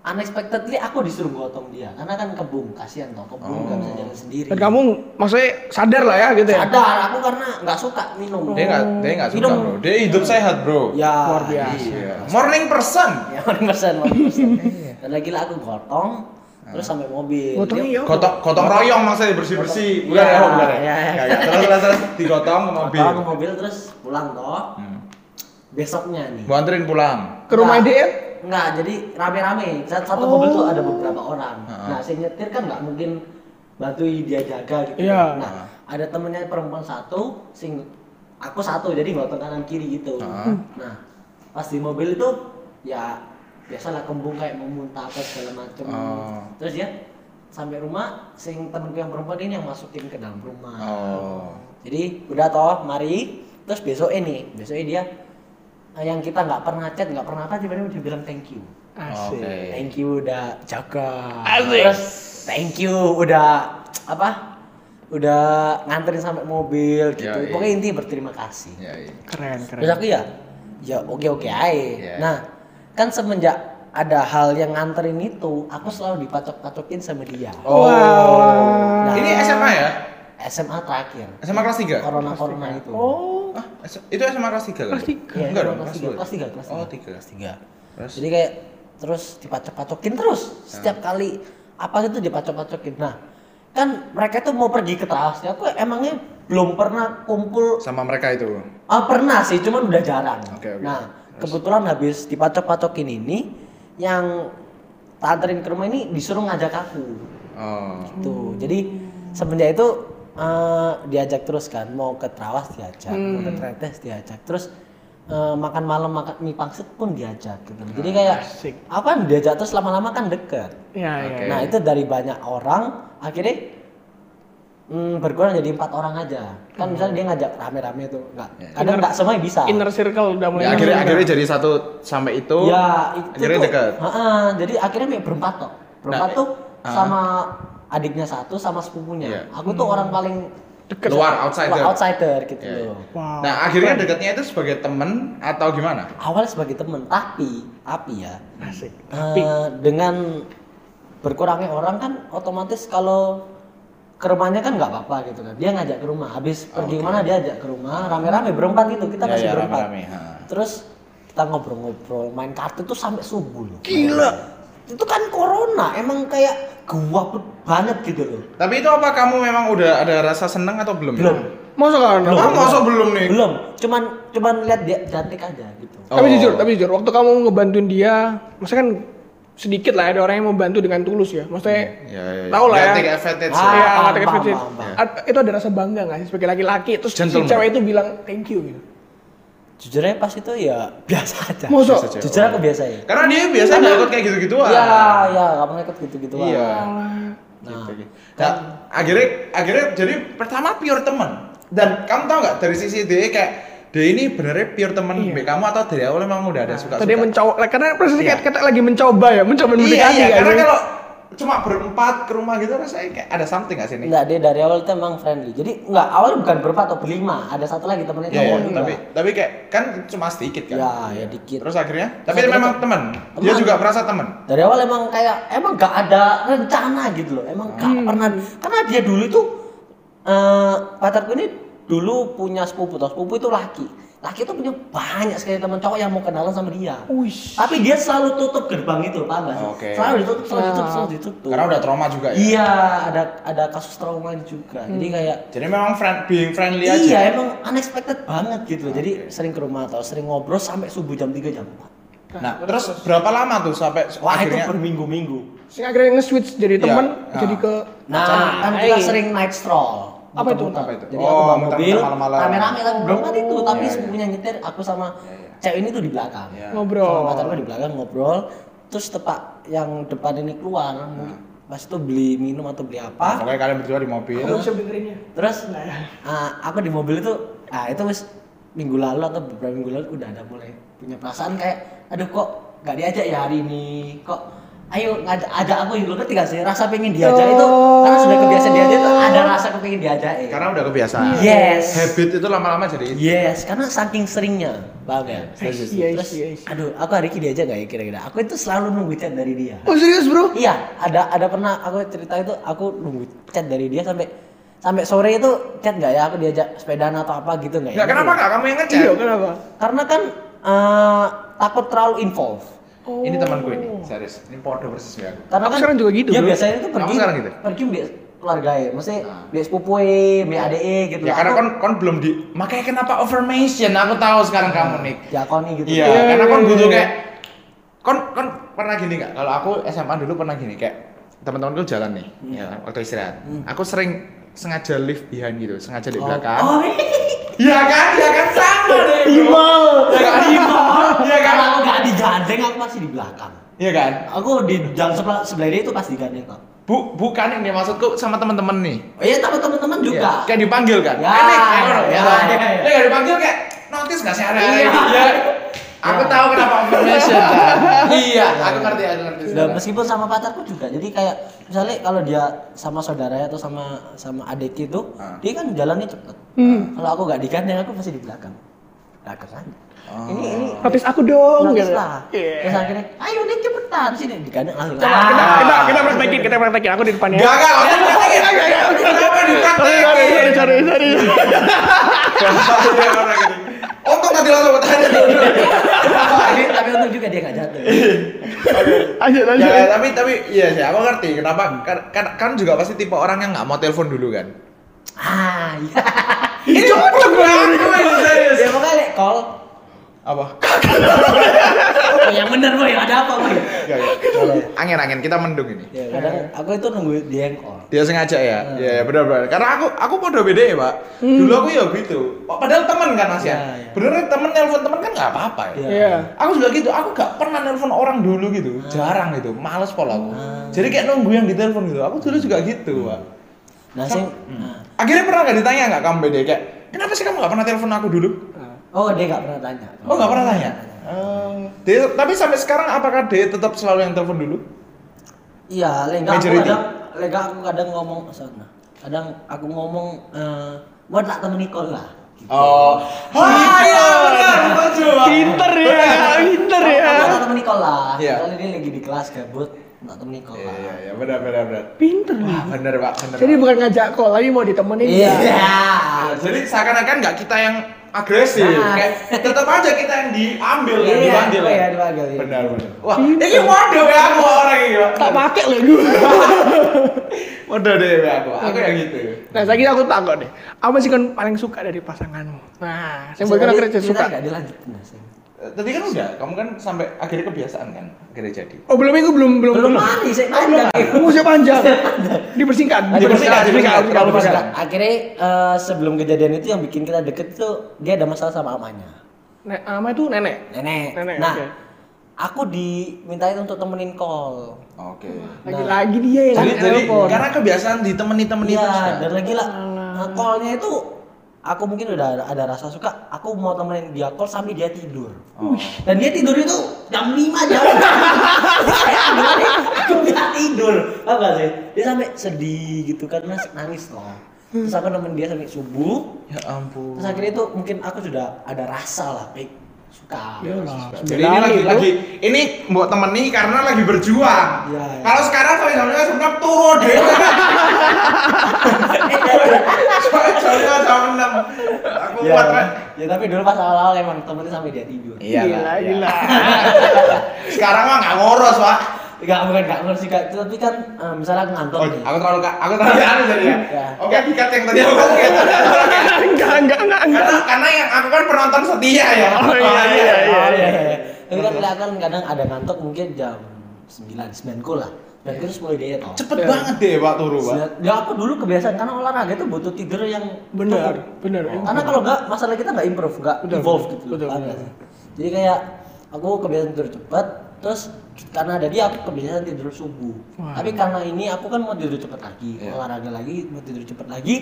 S3: unexpectedly aku disuruh gotong dia karena kan kebung kasihan toh kebung nggak bisa jalan sendiri
S2: Oh. Dan kamu maksudnya sadar lah ya gitu ya.
S3: sadar aku karena nggak suka minum
S1: Dia enggak dia enggak suka,
S3: Minum.
S1: Bro. Dia hidup sehat, Bro.
S3: ya
S2: Luar biasa.
S3: iya.
S1: Iya. Morning person.
S3: ya orang pesan orang pesan
S2: Iya.
S3: dan lagi lah aku gotong
S2: Hmm.
S3: terus sampai mobil
S2: Gotongnya
S3: Dia-
S2: ya.
S1: Gotong, gotong royong maksudnya bersih-bersih.
S3: Gotong.
S1: Bukan ya,
S3: Iya,
S1: bukan ya.
S3: iya, iya.
S1: Nggak, nggak. Terus terus terus digotong ke
S3: gotong
S1: mobil.
S3: ke mobil terus pulang toh
S1: Hmm.
S3: besoknya nih
S1: Gua anterin pulang.
S2: Ke rumah ya?
S3: Nggak.
S2: dia?
S3: Nggak, jadi rame-rame. Satu, satu
S2: Oh.
S3: mobil tuh ada beberapa orang.
S1: Heeh.
S3: Nah, si nyetir kan nggak mungkin bantuin dia jaga gitu.
S2: Iya.
S3: Nah, ada temennya perempuan satu, sing aku satu, jadi nggak kanan kiri gitu.
S1: Heeh.
S3: Nah, pas di mobil itu ya biasalah kembung kayak mau muntah apa segala macem.
S1: Oh.
S3: Terus dia sampai rumah, sing temenku yang perempuan ini yang masukin ke dalam rumah.
S1: Oh.
S3: Jadi udah toh, mari. Terus besok ini, besok dia eh, yang kita nggak pernah chat, nggak pernah apa, tiba-tiba dia bilang thank you.
S1: Oke.
S3: Thank you udah jaga.
S2: Asik.
S3: Terus thank you udah apa? Udah nganterin sampai mobil gitu.
S1: Yoi.
S3: Pokoknya intinya berterima kasih.
S1: Ya, iya.
S2: Keren, keren.
S3: Terus aku ya, ya oke oke aja.
S1: Iya.
S3: Nah, kan semenjak ada hal yang nganterin itu, aku selalu dipacok-pacokin sama dia.
S1: Oh.
S3: Nah.
S1: Ini SMA ya?
S3: SMA terakhir.
S1: SMA kelas 3?
S3: Corona corona itu.
S2: Oh,
S1: Ah, S- itu SMA kelas 3 kan?
S2: Kelas tiga.
S3: Iya,
S1: Enggak
S3: SMA
S1: dong,
S3: kelas
S1: kelas
S3: tiga,
S1: dua.
S3: kelas tiga, kelas
S1: Oh, 3.
S3: tiga. Kelas tiga.
S1: Terus?
S3: Jadi kayak terus dipacok-pacokin terus setiap kali apa itu dipacok-pacokin. Nah, kan mereka tuh mau pergi ke tas. Ya, Aku emangnya belum pernah kumpul
S1: Sama mereka itu.
S3: ah pernah sih, cuman udah jarang.
S1: Oke, oke.
S3: Nah, kebetulan habis dipacok-pacokin ini yang tak anterin ke rumah ini disuruh ngajak aku.
S1: Oh.
S3: Gitu. Jadi semenjak itu eh, diajak terus kan mau ke Trawas diajak, mau ke Tretes diajak. Terus eh, makan malam makan mie pangsit pun diajak gitu. Jadi kayak
S2: asik.
S3: apa diajak terus lama-lama kan deket.
S2: ya, ya.
S1: Oke.
S3: Nah, itu dari banyak orang akhirnya mm, berkurang jadi empat orang aja. Kan misalnya dia ngajak rame-rame tuh, enggak.
S1: Ya.
S3: Kadang enggak semuanya bisa.
S2: Inner circle udah mulai.
S1: Ya, akhirnya akhirnya jadi satu sampai itu.
S3: Ya, itu
S1: akhirnya
S3: tuh-
S1: dekat.
S3: Heeh, jadi akhirnya kayak berempat toh. Berempat
S1: Nah,
S3: tuh
S1: eh,
S3: sama adiknya satu sama sepupunya.
S1: Iya.
S3: Aku tuh orang paling
S2: Deket.
S1: Luar outsider.
S3: wah, outsider gitu
S1: Iya, iya.
S3: loh.
S2: Wow.
S1: Nah, akhirnya dekatnya itu sebagai temen atau gimana?
S3: Awal sebagai temen, tapi tapi ya.
S2: Asik.
S3: eh, dengan berkurangnya orang kan otomatis kalau ke rumahnya kan nggak apa-apa gitu kan. Dia ngajak ke rumah. Habis pergi
S1: Oke.
S3: kemana dia ajak ke rumah, rame-rame berempat gitu. Kita
S1: Ya,
S3: masih
S1: ya,
S3: berempat.
S1: rame-rame, ha.
S3: Terus kita ngobrol-ngobrol, main kartu tuh sampai subuh loh.
S2: Gila.
S3: Itu kan corona, emang kayak gua banget gitu loh.
S1: Tapi itu apa kamu memang udah ada rasa seneng atau belum?
S3: Belum.
S2: Masa kan?
S1: Ah, masa belum nih?
S3: Belum, cuman cuman lihat dia cantik aja gitu.
S2: Tapi
S1: Oh.
S2: jujur, tapi jujur, waktu kamu ngebantuin dia, maksudnya kan sedikit lah ada orang yang membantu dengan tulus ya. Maksudnya
S1: Ya, ya, ya.
S2: Tahu lah ya.
S1: Nggak take advantage
S3: Ah,
S1: ya.
S2: Iya,
S3: paham,
S2: nggak take
S3: paham,
S2: advantage.
S3: paham, paham.
S2: Ad- itu ada rasa bangga nggak sih sebagai laki-laki terus
S1: Gentleman.
S2: si cewek itu bilang thank you gitu.
S3: Jujur aja pas itu ya <laughs> biasa aja.
S2: Masa?
S1: Biasa aja.
S3: Jujur aku biasa ya.
S1: Karena dia biasa nggak ikut kayak gitu-gituan.
S3: Iya, iya, gak pernah ikut gitu-gitu
S1: Iya.
S3: Nah,
S1: Nah, akhirnya akhirnya jadi pertama pure teman. Dan kamu tahu nggak dari sisi dia kayak dia ini benernya pure teman mbak kamu atau dari awal emang udah ada suka-suka?
S2: Tadi dia mencoba, lah, karena prosesnya
S1: Iya.
S2: kayak kata lagi mencoba ya, mencoba
S1: Iya,
S2: mendekati
S1: iya,
S2: kan.
S1: karena kalau cuma berempat ke rumah gitu rasanya kayak ada something gak sih nih?
S3: Enggak, dia dari awal itu emang friendly. Jadi enggak, awal bukan berempat atau berlima, ada satu lagi temennya
S1: Iya,
S3: cowok
S1: iya,
S3: juga.
S1: tapi tapi kayak kan cuma sedikit kan.
S3: Ya, ya dikit.
S1: Terus akhirnya, tapi
S3: akhirnya
S1: memang teman. Dia
S3: teman.
S1: juga merasa teman.
S3: Dari awal emang kayak emang gak ada rencana gitu loh. Emang gak pernah karena dia dulu itu eh pacarku ini dulu punya sepupu, toh sepupu itu laki. laki itu punya banyak sekali teman cowok yang mau kenalan sama dia
S2: Uish.
S3: tapi dia selalu tutup gerbang itu paham gak sih
S1: Oke.
S3: selalu ditutup selalu
S2: Ah.
S3: ditutup selalu ditutup
S1: Karena udah trauma juga ya.
S3: iya ada ada kasus trauma juga jadi kayak
S1: Jadi memang friend, being friendly aja. ya?
S3: iya emang unexpected banget gitu jadi sering ke rumah atau sering ngobrol sampai subuh jam 3 jam 4
S1: Nah, terus berapa lama tuh sampai
S3: wah
S1: akhirnya
S3: itu berminggu-minggu
S2: Sehingga akhirnya nge-switch jadi
S1: Iya,
S2: teman
S1: nah.
S2: jadi ke
S3: nah
S2: pacaran.
S3: kan kita
S2: Hey.
S3: sering night stroll
S2: Apa itu?
S3: Muter-muter.
S1: Apa itu?
S3: jadi
S1: Oh,
S3: aku bawa
S1: muter-muter
S3: mobil
S1: malam-malam.
S3: rame-rame tapi berempat itu
S1: Iya,
S3: tapi
S1: iya.
S3: sepupunya nyetir aku sama
S1: iya.
S3: cewek ini tuh di belakang
S1: Iya.
S2: ngobrol.
S3: sama pacar gue di belakang ngobrol terus tepak yang depan ini keluar
S1: Nah.
S3: pas itu beli minum atau beli apa
S1: Pokoknya kalian berdua di mobil.
S2: Kamu bisa ya? dengerinnya.
S3: terus ah, aku di mobil itu ah itu wis minggu lalu atau beberapa minggu lalu udah ada mulai punya perasaan kayak aduh kok gak diajak ya hari ini kok ayo ngajak ajak aku yuk lo ngerti gak sih rasa pengen diajak itu karena sudah kebiasaan diajak itu ada rasa kepengen diajak ya."
S1: Karena udah kebiasaan.
S3: yes
S1: Habit itu lama-lama jadi
S3: Yes, karena saking seringnya, paham ya?
S2: Yes,
S3: Terus,
S2: yes,
S3: terus,
S2: yes.
S3: aduh, aku hari ini diajak gak ya kira-kira? Aku itu selalu nunggu chat dari dia.
S2: Oh serius bro?
S3: Iya, ada ada pernah aku cerita itu aku nunggu chat dari dia sampai sampai sore itu chat nggak ya aku diajak sepedaan atau apa gitu nggak ya?
S1: Enggak kenapa enggak kamu yang ngecek?
S2: Iya kenapa?
S3: Karena kan eh, takut terlalu involve.
S1: Ini temanku ini, serius. Ini podo persis kayak aku.
S3: Karena
S2: Aku
S3: kan
S2: sekarang juga gitu,
S3: Dia
S2: Bro.
S3: biasanya itu
S1: Kamu
S3: pergi
S1: sekarang gitu?
S3: pergi mbak keluarga ya, maksudnya
S1: Nah.
S3: mbak sepupue, mbak ade gitu.
S1: Ya
S3: lah.
S1: karena
S3: Aku-
S1: kon kon belum di makanya kenapa overmation aku tahu sekarang kamu Nick.
S3: Jakoni gitu.
S1: Iya,
S2: Iya,
S1: karena
S2: iya,
S1: kon
S2: iya,
S1: butuh
S2: iya.
S1: kayak kon kon pernah gini nggak? Kalau aku SMA dulu pernah gini kayak teman-temanku jalan nih,
S3: Hmm.
S1: ya, waktu istirahat. Aku sering sengaja lift behind gitu, sengaja di
S3: Oh.
S1: belakang.
S3: Oh,
S1: Iya kan? Iya kan sama deh. bro.
S3: Imal,
S1: Iya kan? Iya kan?
S3: Kalau aku nggak digandeng, aku masih di belakang.
S1: Iya kan?
S3: Aku di jalan sebelah sebelah dia itu pas digandeng kok.
S1: Bu, bukan ini maksudku sama teman-teman nih.
S3: Oh iya, tapi teman-teman juga.
S1: Iya. Kayak dipanggil kan?
S3: Ya,
S1: Eh, Nick, ayo dong,
S3: ya,
S1: dong.
S3: ya, ya.
S1: Dia nggak dipanggil kayak notice nggak sih ada-ada
S3: Iya.
S1: gitu
S3: <laughs>
S1: ya? Aku
S3: Ya.
S1: tahu kenapa information.
S3: <laughs>
S1: kan? Iya, aku ngerti, aku ngerti.
S3: Dan Nah, meskipun sama pacarku juga. Jadi kayak misalnya kalau dia sama saudaranya atau sama sama adik itu,
S1: Ah.
S3: dia kan jalannya cepet.
S2: Hmm.
S3: Kalau aku nggak digandeng, aku masih di belakang. Belakang aja.
S1: Oh.
S3: Ini ini
S2: Notis aku dong.
S3: notice
S2: gitu.
S3: lah. Terus akhirnya, ayo nih cepetan sini digandeng langsung.
S2: Coba
S3: Ah.
S2: kita kita kita praktekin kita praktekin aku di depannya.
S1: Gak, gak, aku nggak lagi, gak, gak, gak. Kenapa
S2: Sorry sorry
S1: dipraktekin?
S2: sorry sorry. sorry.
S1: Untung tadi langsung bertanya dulu.
S3: tapi tapi untung juga dia nggak jatuh.
S1: Ya,
S2: Lanjut lanjut.
S1: ya, tapi tapi iya sih, aku ngerti kenapa kan kan, kan juga pasti tipe orang yang nggak mau telepon dulu kan.
S3: ah iya.
S1: Ini cocok banget, gue ini, serius.
S3: Ya pokoknya like, call.
S1: Apa?
S3: Oh, yang bener boy ada apa boy?
S1: Gak, gak. Iya, Angin angin kita mendung ini.
S3: Ya kadang aku itu nunggu dia yang call.
S1: Dia sengaja ya. Iya, ya, benar-benar. Karena aku aku podo beda ya, Pak. Dulu aku ya gitu. Oh, padahal teman kan Mas ya.
S3: Iya, iya.
S1: Bener teman nelpon teman kan nggak apa-apa ya.
S3: Iya.
S2: Iya.
S1: Aku juga gitu, aku gak pernah nelpon orang dulu gitu, jarang gitu, males pola aku.
S3: Ah.
S1: Jadi kayak nunggu yang ditelepon gitu, aku dulu juga gitu, Pak.
S3: Nah sing, nah.
S1: Akhirnya pernah gak ditanya nggak kamu beda kayak, kenapa sih kamu gak pernah telepon aku dulu?
S3: oh dia nggak pernah tanya.
S1: Oh nggak pernah tanya. Eh, dia, tapi sampai sekarang apakah dia tetap selalu yang telepon dulu?
S3: Iya, lega aku
S1: Majority.
S3: kadang, lega aku kadang ngomong sana. Kadang aku ngomong, eh gua tak temen call lah.
S1: Oh, Wah, iya benar, setuju, Pak.
S2: Pinter ya, pinter ya.
S3: Gua tak temen call lah.
S1: Iya.
S3: Soalnya dia lagi di kelas gabut, tak temen call
S1: Iya,
S3: lah.
S1: iya, iya, benar, benar, benar.
S2: Pinter.
S1: Wah, benar, Pak, benar.
S2: Jadi
S1: Pak.
S2: bukan ngajak call lagi mau ditemenin. ya.
S3: Iya.
S1: Nah, jadi seakan-akan nggak kita yang agresif,
S3: Nah.
S1: kayak tetap aja kita yang diambil, yang
S3: Iya,
S1: dipanggil. ya.
S3: iya, dipanggil, iya.
S1: Benar, benar. Wah, ini waduh ya aku orang ini, Pak.
S2: Tak pakai lagi gue.
S1: Waduh deh ya aku, aku yang gitu.
S2: Nah, saya aku takut deh. Apa sih kan paling suka dari pasanganmu? Nah, saya bukan
S3: Soalnya
S1: Iya.
S2: akhirnya
S3: cerita
S2: suka.
S3: nggak dilanjutin Mas.
S1: Eh, Tadi kan udah, kamu kan sampai akhirnya kebiasaan kan, akhirnya jadi.
S2: Oh belum itu belum belum
S3: Belum mari, saya
S2: Belum.
S3: panjang.
S2: Oh, saya
S1: <laughs>
S2: panjang.
S1: Ah,
S2: Dipersingkat.
S1: Dipersingkat, dipersingkat,
S2: terlalu
S1: dipersingkat.
S2: panjang.
S3: Akhirnya eh, sebelum kejadian itu yang bikin kita deket itu dia ada masalah sama amanya.
S2: Nek, ama itu nenek.
S3: Nenek.
S2: Nenek,
S3: nah,
S2: oke.
S3: aku dimintain untuk temenin call.
S1: Oke.
S2: Lagi-lagi dia yang
S1: Nah. Jadi, jadi
S2: nelpon.
S1: karena kebiasaan ditemani-temani terus kan?
S3: Iya, dan lagi lah eh,
S2: Alah.
S3: callnya itu aku mungkin udah ada, ada rasa suka, aku mau temenin dia call sampai dia tidur.
S1: Oh.
S3: Dan dia tidur itu jam 5
S1: <laughs>
S3: jam. Aku nggak tidur. Apa sih? Dia sampai sedih gitu kan, Mas, nangis loh. Terus aku nemenin dia sampai subuh.
S1: Ya ampun.
S3: Terus akhirnya itu mungkin aku sudah ada rasa lah, Pik. suka
S2: Iyalah,
S1: Jadi ini lagi
S2: gitu.
S1: lagi ini mbok temeni karena lagi berjuang.
S3: Iya, iya.
S1: Kalau sekarang sampai sampai sebenarnya turun deh. Soalnya jauhnya jam enam. Aku
S3: ya,
S1: kuat Pak.
S3: ya tapi dulu pas awal-awal emang temennya sampai dia tidur
S1: kan? Iya,
S2: Gila,
S1: lah, iya.
S2: gila.
S1: Sekarang mah nggak ngoros pak.
S3: Enggak, bukan enggak ngerti Kak. Tapi kan eh, misalnya aku ngantor
S1: Oh,
S3: nih.
S1: aku terlalu aku terlalu aneh jadi ya.
S3: Iya.
S1: Oke, dikat yang tadi aku
S2: Iya.
S1: kan.
S2: <laughs> enggak, enggak, enggak, enggak.
S1: karena, karena yang aku kan penonton setia ya.
S2: Oh, iya, iya, iya.
S3: Oh, iya, iya. Tapi kan kita kan kadang ada ngantuk mungkin jam 9, 9 ku lah.
S2: Iya.
S3: 9 ku terus mulai diet toh.
S1: Cepet banget deh Pak Turu Pak.
S3: Sembilan- Ya aku dulu kebiasaan karena olahraga itu butuh tidur yang
S2: Bener,
S3: cukup.
S2: bener.
S3: Karena kalau enggak masalah kita enggak improve, enggak
S2: Betul,
S3: evolve
S2: betul,
S3: gitu. loh,
S2: betul,
S3: paham nggak
S2: betul.
S3: sih? Jadi kayak aku kebiasaan tidur cepat, terus karena ada dia aku kebiasaan tidur subuh.
S2: Wah.
S3: Tapi karena ini aku kan mau tidur cepat lagi,
S1: Iya.
S3: olahraga lagi, mau tidur cepat lagi,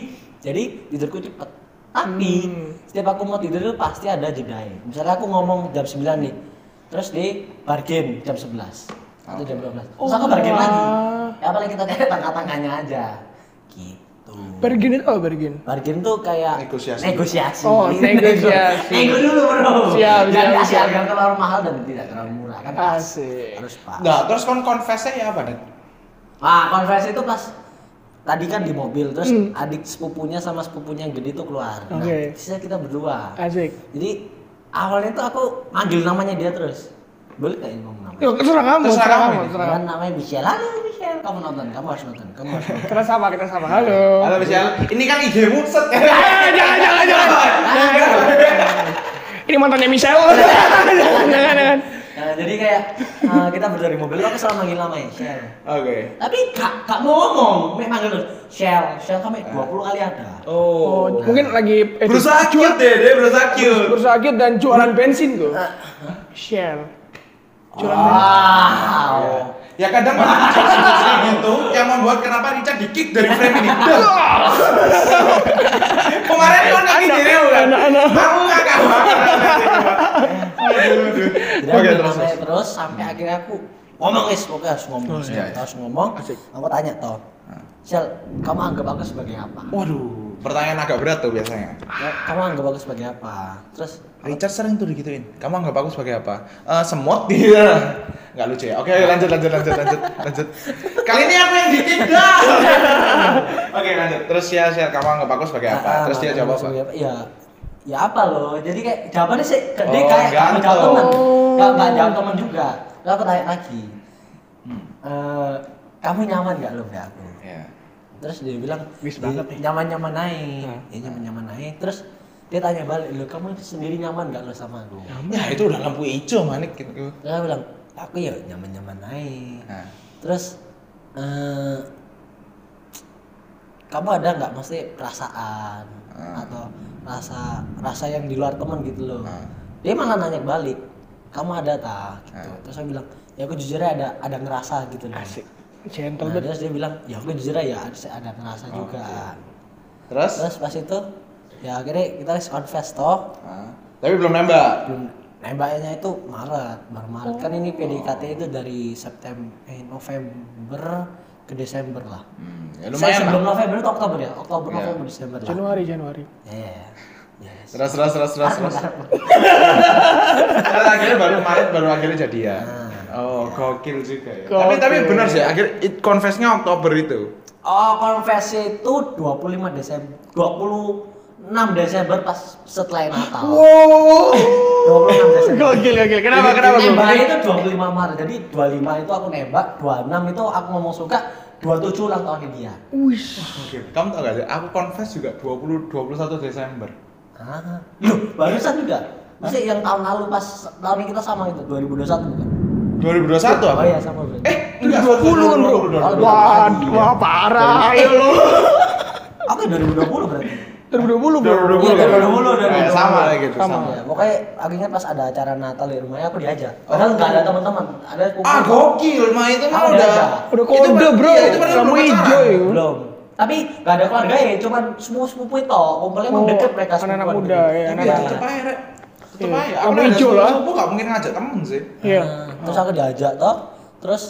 S3: jadi tidurku cepat. Tapi
S2: Hmm.
S3: setiap aku mau tidur itu pasti ada jeda. Misalnya aku ngomong jam 9 nih, terus di bargain jam 11 atau jam 12. Terus aku bargain
S2: Wah.
S3: lagi. Ya paling kita cari tangka-tangkanya aja. Gitu.
S2: Bergin itu apa bergin?
S3: Bargain tuh kayak
S1: Negosiasi.
S3: Negosiasi. <laughs>
S2: Oh, negosiasi.
S3: Nego dulu, Bro.
S2: Siap,
S3: Dan
S2: siap,
S3: kasih
S2: siap.
S3: harga yang terlalu mahal dan tidak terlalu murah kan. pas.
S2: Asik.
S3: Harus pas.
S1: Nah, terus kon confess-nya ya apa, Dit?
S3: Nah, konversi itu pas tadi kan di mobil terus
S2: Hmm.
S3: adik sepupunya sama sepupunya yang gede tuh keluar.
S2: Oke.
S3: Nah, sisa kita berdua.
S2: Asik.
S3: Jadi awalnya tuh aku manggil namanya dia terus. Boleh nggak ini ngomong namanya?
S2: Yo, terserah kamu,
S1: Terserah
S2: terserah
S1: kamu
S2: kamu,
S1: ini.
S2: terserah kamu.
S3: Kan namanya Michelle. Halo Michelle, kamu nonton, kamu harus nonton, kamu harus nonton.
S2: <laughs> Kita sama, kita sama. Halo.
S1: Halo Michelle, ini kan IG-mu set.
S2: Oh. Eh, jangan,
S1: <laughs>
S2: jangan, jangan. Ini mantannya Michelle. <laughs> jangan, jangan, jangan.
S3: Nah, jadi kayak eh, kita berdua di mobil, aku selalu manggil namanya Shell.
S1: Oke.
S3: Tapi gak, gak mau ngomong, mek manggil terus Shell, Shell kami 20 kali ada.
S2: Oh, mungkin lagi eh,
S1: Berusaha cute deh, dia berusaha cute.
S2: berusaha gitu dan jualan bensin tuh. Share. Ah.
S3: Wow.
S1: Ya kadang itu yang membuat kenapa Richard di-kick dari frame ini. Kemarin kan lagi
S2: <laughs> Anak,
S1: diri kan.
S2: anak, anak.
S1: Aku nggak kamu.
S3: Eh, Jadi
S1: Iya. Oke
S3: aku
S1: terus. Hmm.
S3: namanya terus sampai akhirnya aku ngomong guys, pokoknya harus ngomong,
S2: Oh,
S1: iya.
S3: harus ngomong.
S2: Asik.
S3: Aku tanya toh, Shell, kamu anggap aku sebagai apa?
S1: Waduh, pertanyaan agak berat tuh biasanya.
S3: Ya, Kamu anggap aku sebagai apa? Terus
S1: Richard sering tuh digituin. Kamu anggap aku sebagai apa? Eh, semut <laughs> dia. Enggak lucu ya. Oke, lanjut lanjut lanjut lanjut lanjut. Kali ini aku yang ditinggal. <laughs> Oke, lanjut. Terus ya, share kamu anggap aku sebagai apa?
S3: Ah,
S1: Terus dia
S3: makanya
S1: jawab apa?
S3: langsung jawab, Ya, ya apa loh? Jadi kayak jawabannya sih ke dia
S1: Oh,
S3: kayak gak
S1: gantung.
S3: jawab teman,
S2: Oh.
S3: gak gak jawab teman juga. Lalu aku tanya lagi,
S1: Hmm.
S3: eh, kamu nyaman gak lo kayak aku?
S1: Ya.
S3: Terus dia bilang,
S2: Wis
S3: "Ya,
S2: banget nih."
S3: nyaman-nyaman naik,
S2: Nah.
S3: ya nyaman-nyaman naik. Terus dia tanya balik, lo kamu sendiri nyaman gak lo sama aku?
S1: Ya, itu udah lampu hijau manik gitu.
S3: Terus aku bilang, aku ya nyaman-nyaman naik.
S1: Nah.
S3: Terus eh, kamu ada nggak mesti perasaan
S1: Ah.
S3: atau rasa rasa yang di luar teman gitu loh.
S1: Ah.
S3: Dia malah nanya balik, kamu ada tak? Gitu.
S1: Ah.
S3: Terus aku bilang, ya aku jujur aja ada ada ngerasa gitu loh.
S2: Asik. Gentle
S3: Nah,
S2: banget.
S3: terus dia bilang, ya aku jujur aja ada, ada ngerasa
S1: Oh,
S3: juga.
S1: Terus?
S3: Terus pas itu ya akhirnya kita confess toh
S1: Ah, Tapi belum nembak.
S3: belum nembaknya itu Maret baru Maret kan ini PDKT itu dari September eh, November ke Desember lah
S1: Hmm, ya
S3: saya
S1: lumayan
S3: sebelum
S1: lah.
S3: November itu Oktober ya Oktober
S1: Iya.
S3: November Desember lah
S2: Januari, Januari.
S3: ya yes
S1: Terus terus terus terus terus. Terus akhirnya baru Maret baru akhirnya jadian. Oh, gokil juga ya. Tapi tapi
S2: Gokil.
S1: benar sih, akhir it- confess-nya Oktober itu.
S3: oh konversi itu 25 Desember 26 Desember pas setelah Natal
S1: Wow.
S3: 26 Desember
S2: Gokil, gokil. Kenapa,
S1: Ini-
S2: kenapa? Bro?
S3: Nembaknya itu 25 Maret, jadi 25 itu aku nembak, 26 itu aku ngomong suka, 27 ulang tahunnya dia.
S2: Wih.
S1: Kamu tau gak sih, aku confess juga 20 21 Desember.
S3: Ah, loh barusan juga. Masih yang tahun lalu pas tahun ini kita sama itu 2021 bukan?
S1: 2021 apa?
S3: Oh iya sama berarti.
S1: Eh, enggak
S2: 20 kan, bro.
S1: 20, 20, 20.
S2: Wah, wah, parah. Ayo lu.
S3: Aku 2020 berarti.
S2: 2020, bro.
S1: 2020.
S3: Iya,
S1: Eh,
S3: 2020, 2020.
S1: sama lah gitu,
S2: Sama.
S1: sama.
S3: Ya, pokoknya aku ingat pas ada acara Natal di rumahnya aku diajak. Padahal nggak ada teman-teman, ada kumpul.
S1: Oh. Ah, gokil, mah itu mah
S3: Ah,
S1: udah.
S3: udah.
S2: Udah
S1: itu
S2: kode,
S1: ber-
S2: bro.
S1: iya, itu padahal
S2: Kamu
S1: belum
S2: hijau
S1: pacaran.
S2: ya.
S3: Belum. Tapi nggak ada keluarga ya, cuman semua sepupu itu kumpulnya emang
S2: Oh,
S3: deket mereka
S2: anak-anak
S3: sepupuan
S2: muda,
S3: gitu.
S2: ya,
S1: Iya,
S2: anak-anak
S3: Iya.
S1: tetep aja, Rek. Tetep
S2: Iya.
S1: aja.
S2: Kamu
S1: Aku ada
S2: hijau lah.
S1: sepupu, gak mungkin ngajak temen sih.
S2: Iya.
S3: Nah, terus aku diajak toh, terus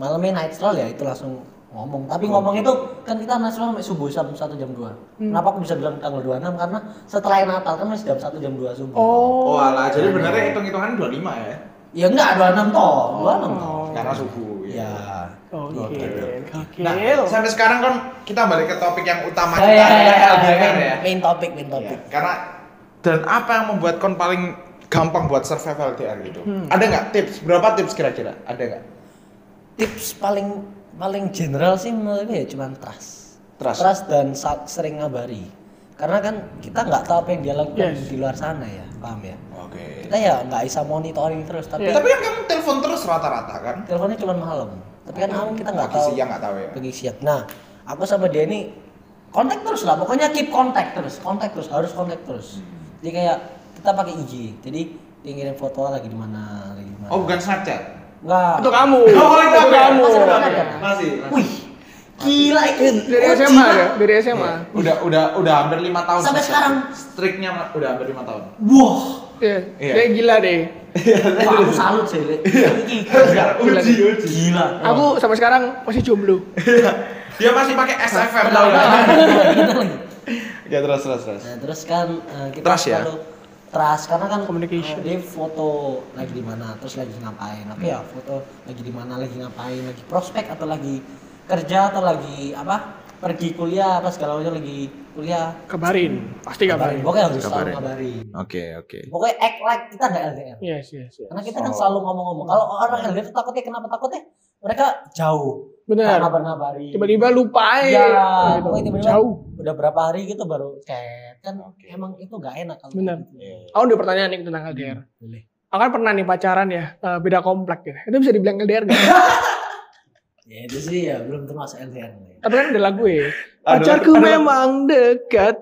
S3: malamnya night stroll ya itu langsung ngomong tapi ngomong itu kan kita nasional sampai subuh jam satu jam dua kenapa aku bisa bilang tanggal 26 karena setelah Natal kan masih jam satu jam dua subuh
S2: Oh.
S1: Oh alah, jadi benernya hitung-hitungannya 25 ya?
S3: ya enggak 26 toh 26 toh
S2: Oh. Iya.
S1: Karena subuh ya.
S3: ya
S2: Oke. Oh, iya. Oke.
S1: Nah, sampai sekarang kan kita balik ke topik yang utama kita
S3: Oh, ya, ya, ya,
S1: LDR
S3: main,
S1: ya.
S3: main topik main
S1: Iya,
S3: topik
S1: Karena dan apa yang membuat kon paling gampang buat survive LDR gitu?
S3: Hmm.
S1: Ada nggak tips? Berapa tips kira-kira? Ada nggak?
S3: tips paling paling general sih menurutku ya cuman trust
S1: Trust.
S3: dan sa- sering ngabari karena kan kita nggak tahu apa yang dia lakukan
S2: Yes.
S3: di luar sana ya paham ya
S1: Oke.
S3: kita ya nggak bisa monitoring terus tapi
S2: Iya.
S1: Tapi kan kamu telepon terus rata-rata kan?
S3: teleponnya cuma malam tapi kan awal kita nggak
S1: Pagi
S3: tahu
S1: siang nggak tahu ya.
S3: pagi siang nah aku sama dia ini kontak terus lah pokoknya keep kontak terus kontak terus harus kontak terus
S1: Hmm.
S3: jadi kayak kita pakai IG jadi dia ngirim foto lagi di mana lagi di mana
S1: Oh bukan Snapchat?
S3: nggak
S2: Itu kamu.
S1: itu kan-
S2: itu
S1: apa ya?
S2: kamu.
S3: Masih belum ada.
S1: Masih. masih.
S3: wih gila itu
S2: Dari
S3: Oh,
S2: SMA
S3: jiwa.
S2: ya? Dari SMA.
S1: Iya. Udah udah udah hampir lima tahun.
S3: Sampai
S1: Snapchat.
S3: sekarang.
S1: Striknya udah hampir lima
S3: <laughs>
S1: tahun. <laughs>
S3: wah
S2: Iya.
S1: Iya.
S2: Dia gila deh.
S3: Wah, aku salut sih Lek. Iki, gila.
S1: Uji uji.
S3: gila
S2: Aku sampai sekarang masih jomblo.
S1: Dia masih pakai SFM tau
S3: Kenal
S1: nggak?
S3: banget. Gitu lagi.
S1: Ya terus terus terus.
S3: Nah, terus kan eh, kita
S1: Trust ya?
S3: selalu trust karena kan
S2: Communication.
S3: eh, dia foto lagi di mana, terus lagi ngapain. Oke ya,
S1: Hmm.
S3: foto lagi di mana, lagi ngapain, lagi prospek atau lagi kerja atau lagi apa? Pergi kuliah apa segala macam lagi kuliah.
S2: Kabarin. Pasti kabarin.
S3: Pokoknya harus selalu
S1: Kabarin.
S3: ngabarin.
S1: Oke oke.
S3: Pokoknya act like kita nggak LDR.
S2: Yes, yes, yes.
S3: Karena kita kan
S1: Oh.
S3: selalu ngomong-ngomong. Kalau orang LDR tuh takutnya kenapa takutnya? Mereka jauh. nggak
S2: Benar.
S3: Ngabar-ngabarin.
S2: Tiba-tiba lupa aja.
S3: Iya,
S2: Gitu.
S3: pokoknya tiba-tiba
S2: Jauh.
S3: udah berapa hari gitu baru chat kan emang itu nggak enak kalau
S2: Benar.
S3: kayak gitu.
S1: Iya.
S2: Aku ada pertanyaan nih tentang LDR.
S3: Boleh.
S2: Aku kan pernah nih pacaran ya, eh, beda komplek gitu. Itu bisa dibilang LDR gak?
S3: Ya itu sih ya belum termasuk LDR.
S2: Tapi kan ada lagu ya.
S1: Ada lagu- ada
S2: Pacarku
S1: lagu.
S2: memang dekat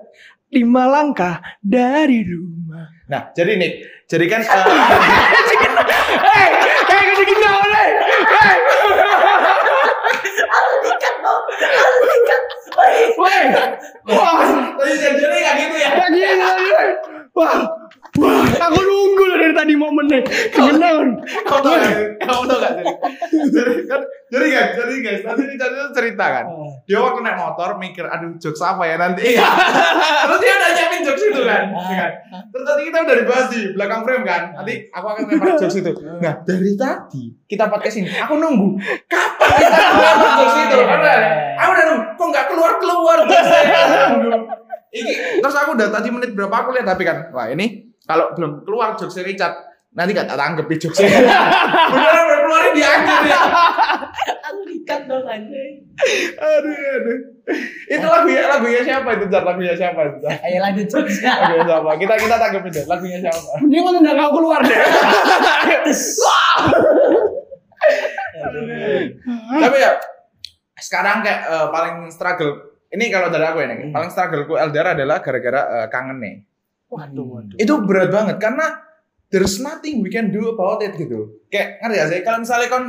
S2: lima langkah dari rumah.
S1: Nah jadi Nick, jadi kan eh,
S3: <laughs>
S2: Hei, hei, gini gini oleh. Hei,
S3: Harus dikat dong, harus dikat. Wih,
S2: woi. Wah,
S1: tadi janjinya nggak gitu ya?
S2: kayak gini lagi. Wah, wah, aku nunggu loh dari tadi momennya. Kenal.
S1: Kamu tau gak? Kamu tau gak? Jadi- Jadi kan, jadi guys, jadi guys, nanti ini tadi tuh cerita kan. Dia waktu naik motor mikir, aduh jokes apa ya nanti. Iya. Terus dia udah nyiapin jokes itu kan. Iya kan? Terus tadi kita udah dibahas di belakang frame kan. Nanti aku akan lempar jokes itu. Nah dari tadi kita podcast ini, aku nunggu kapan kita lempar jokes itu. Aku udah, aku udah nunggu. Kok nggak keluar keluar Ini terus aku udah tadi menit berapa aku lihat HP kan. Wah ini kalau belum keluar jokes Richard nanti gak tak tanggep di jokes beneran udah keluarin di akhir ya
S3: harus dikat dong anjay.
S1: aduh aduh itu lagunya lagunya siapa itu Jar lagunya siapa itu Jar?
S3: Ayo lanjut terus ya.
S1: lagunya siapa kita kita tanggepin deh lagunya siapa
S2: Mending kau tendang aku keluar deh.
S1: tapi ya sekarang kayak eh, paling struggle ini kalau dari aku ya Neng, paling struggleku LDR adalah gara-gara eh, kangen nih
S2: Waduh, waduh.
S1: itu berat banget karena there's nothing we can do about it gitu kayak ngerti gak sih kalau misalnya kon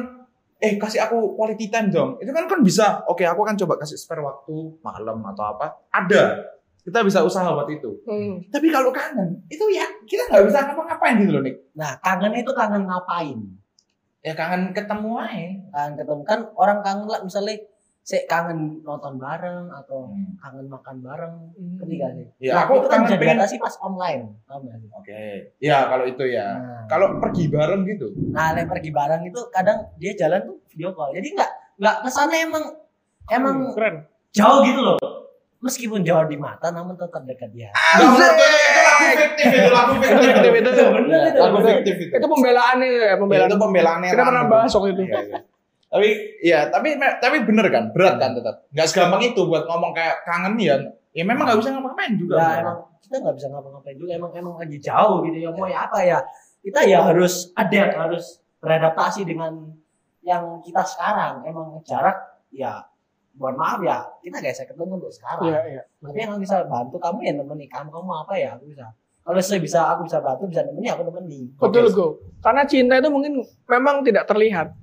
S1: eh kasih aku quality time dong itu kan kon bisa oke aku akan coba kasih spare waktu malam atau apa ada kita bisa usaha buat itu
S2: Hmm.
S1: tapi kalau kangen itu ya kita nggak bisa ngapa-ngapain gitu loh nih
S3: Nah kangen itu kangen ngapain?
S1: ya kangen ketemu aja
S3: Kangen ketemu kan orang kangen lah misalnya saya kangen nonton bareng atau kangen makan bareng ketika sih.
S1: ya
S3: Nah,
S1: aku
S3: itu
S1: kangen
S3: kan bisa
S1: pengen
S3: diatasi pas online, paham nggak sih?
S1: oke ya kalau itu ya
S3: Nah.
S1: kalau pergi bareng gitu
S3: Nah, lek pergi bareng itu kadang dia jalan tuh video call. Jadi nggak nggak kesannya emang emang
S2: Hmm, keren.
S3: jauh gitu loh. Meskipun jauh di mata, namun tetap dekat dia.
S2: Ah,
S1: Nggak, menurut gue itu lagu fiktif itu lagu fiktif itu itu
S3: Bener itu.
S1: lagu fiktif itu
S2: Itu pembelaannya ya, pembelaan.
S1: itu pembelaan
S2: Kita pernah bahas waktu itu.
S1: <laughs> tapi ya tapi tapi bener kan berat kan tetap nggak segampang itu buat ngomong kayak kangen ya ya memang nggak bisa ngapa-ngapain juga
S3: Ya,
S2: iya.
S3: emang kita nggak bisa ngapa-ngapain juga. Emang emang lagi jauh gitu ya. Mau ya apa ya? Kita ya harus adapt, harus beradaptasi dengan yang kita sekarang. Emang jarak ya mohon maaf ya kita gak bisa ketemu untuk sekarang.
S2: Iya, iya.
S3: tapi yang bisa bantu kamu ya nemeni kamu kamu mau apa ya aku bisa kalau saya bisa aku bisa bantu bisa nemeni aku nemeni
S2: Betul go. Karena cinta itu mungkin memang tidak terlihat.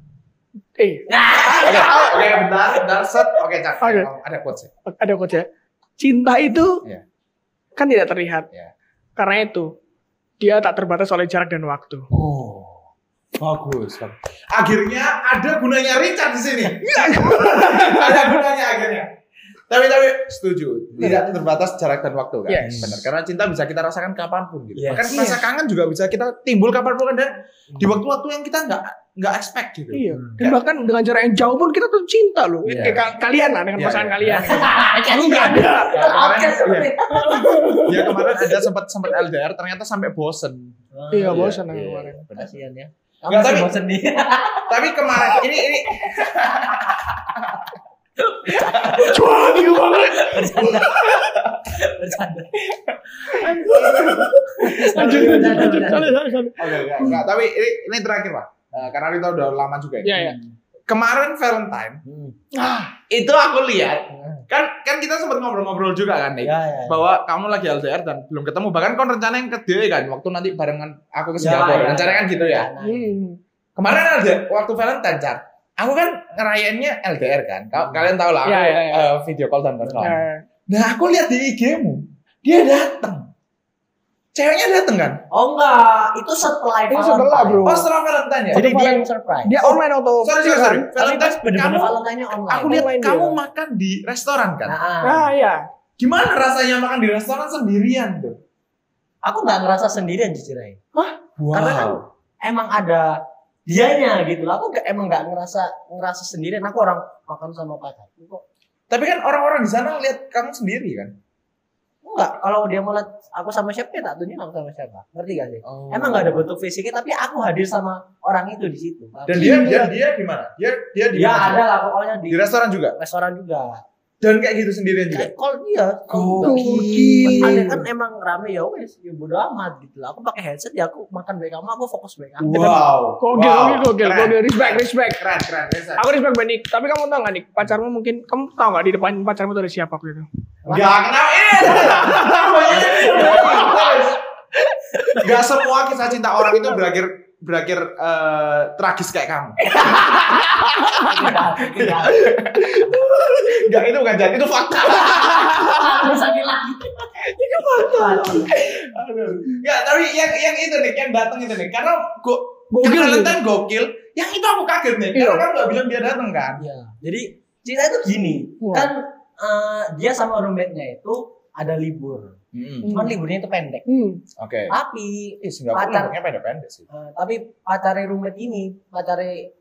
S2: Eh,
S1: oke oke bentar bentar set oke cak
S2: Oke.
S1: ada quotes ya
S2: ada coach ya. Cinta itu
S1: Iya.
S2: kan tidak terlihat.
S1: Iya.
S2: Karena itu dia tak terbatas oleh jarak dan waktu.
S3: oh
S1: Bagus. bagus. Akhirnya ada gunanya Richard di sini. ada gunanya akhirnya. Tapi tapi setuju. Tidak terbatas jarak dan waktu kan.
S2: Yes.
S1: Benar. Karena cinta bisa kita rasakan kapanpun gitu.
S3: Yes.
S1: Bahkan rasa kangen juga bisa kita timbul kapanpun kan, dan di waktu-waktu yang kita nggak nggak expect gitu.
S2: Iya. Dan bahkan dengan jarak yang jauh pun kita tuh cinta loh.
S1: Iya.
S2: Kayak ka- kalian lah dengan
S1: Iya,
S2: pasangan
S1: iya.
S2: kalian.
S3: Kan enggak ada. Oke, seperti itu.
S1: Ya kemarin ada sempat sempat LDR ternyata sampai bosen.
S2: Iya, bosan aku
S1: iya,
S2: kemarin.
S1: iya, benar.
S3: Kasihan ya.
S1: Nggak, tapi-
S3: Kamu sendiri.
S1: Tapi kemarin ini ini
S2: Cuan gitu banget.
S3: Bercanda. Bercanda.
S2: Lanjut, lanjut, lanjut, lanjut, lanjut.
S1: Oke, enggak, enggak. Hmm. Tapi ini, ini terakhir lah. Eh, karena kita udah lama juga ya.
S2: Iya, iya.
S1: Kemarin Valentine
S2: Ah,
S1: itu aku lihat kan kan kita sempat ngobrol-ngobrol juga kan nih
S3: Ya, ya.
S1: bahwa kamu lagi LDR dan belum ketemu bahkan kon rencana yang kedua kan waktu nanti barengan aku ke
S3: Ya,
S1: Singapura
S3: ya.
S1: rencana kan gitu ya
S2: hmm.
S1: kemarin ada waktu Valentine Car aku kan ngerayainnya LDR kan Kau- kalian tahu lah
S2: Ya,
S1: aku,
S2: ya, ya.
S1: eh, video call dan kawan
S2: Eh,
S1: nah aku lihat di IG-mu dia datang ceweknya datang kan
S3: Oh enggak, itu setelah
S2: Itu setelah,
S3: Valentine.
S2: bro.
S1: oh setelah Valentine ya
S3: Jadi dia yang
S2: Valentine.
S3: surprise.
S2: Dia online atau
S1: sorry sorry sorry
S3: Tapi pas
S1: Valentine kamu
S3: bener-bener Valentine-nya online.
S1: aku lihat
S2: online dia.
S1: kamu makan di restoran kan
S3: Nah,
S2: Nah, iya.
S1: gimana rasanya makan di restoran sendirian tuh
S3: aku nggak ngerasa sendirian jujur aja. Karena kan
S1: wow
S3: emang ada dianya gitu. Aku nggak- emang nggak ngerasa ngerasa sendirian. Aku orang makan sama pacar. Kok
S1: tapi kan orang-orang di sana lihat kamu sendiri kan
S3: enggak? Kalau dia mau lihat aku sama siapa ya tak tunjukin aku sama siapa. Ngerti gak sih?
S1: Oh.
S3: Emang nggak ada bentuk fisiknya, tapi aku hadir sama orang itu di situ.
S1: dan dia dia dia di mana dia dia di
S3: ya
S1: mana?
S3: ada lah pokoknya di
S1: di restoran juga
S3: restoran juga.
S1: dan kayak gitu sendirian juga
S3: Kayak call dia.
S1: Gokil.
S3: Ada kan emang rame ya wes, ya bodo amat gitu lah. Aku pakai headset ya aku makan baik kamu, aku fokus baik kamu. <laughs>
S1: wow
S2: Gokil,
S1: Wow.
S2: gokil, gokil,
S1: Keren.
S2: gokil. Respect, respect.
S1: keren keren biasa
S2: Aku respect banget, Nick. Tapi kamu tau gak, Nick? Pacarmu mungkin... Kamu tau gak di depan pacarmu tuh ada siapa waktu itu?
S1: Gak kenal eh! ini. Gak semua kisah cinta orang itu berakhir berakhir eh, tragis kayak kamu.
S3: Tidak, tidak.
S1: Gak itu bukan jadi itu fakta.
S3: Bisa bilang gitu.
S1: Ya tapi yang yang itu nih yang datang itu nih karena go
S2: Gokil.
S1: yang Valentine gokil. ya? Yang itu aku kaget nih karena
S2: Iya.
S1: kamu gak bilang dia datang kan.
S3: Iya. Jadi cerita itu gini,
S2: Wah.
S3: kan eh, dia sama roommate-nya itu ada libur. Cuman
S2: Hmm.
S3: liburnya itu pendek.
S2: Hmm.
S1: Oke.
S3: Tapi
S1: Ih, Singapura
S3: Pacar.
S1: umurnya pendek-pendek sih.
S3: eh, tapi pacarnya roommate ini, pacarnya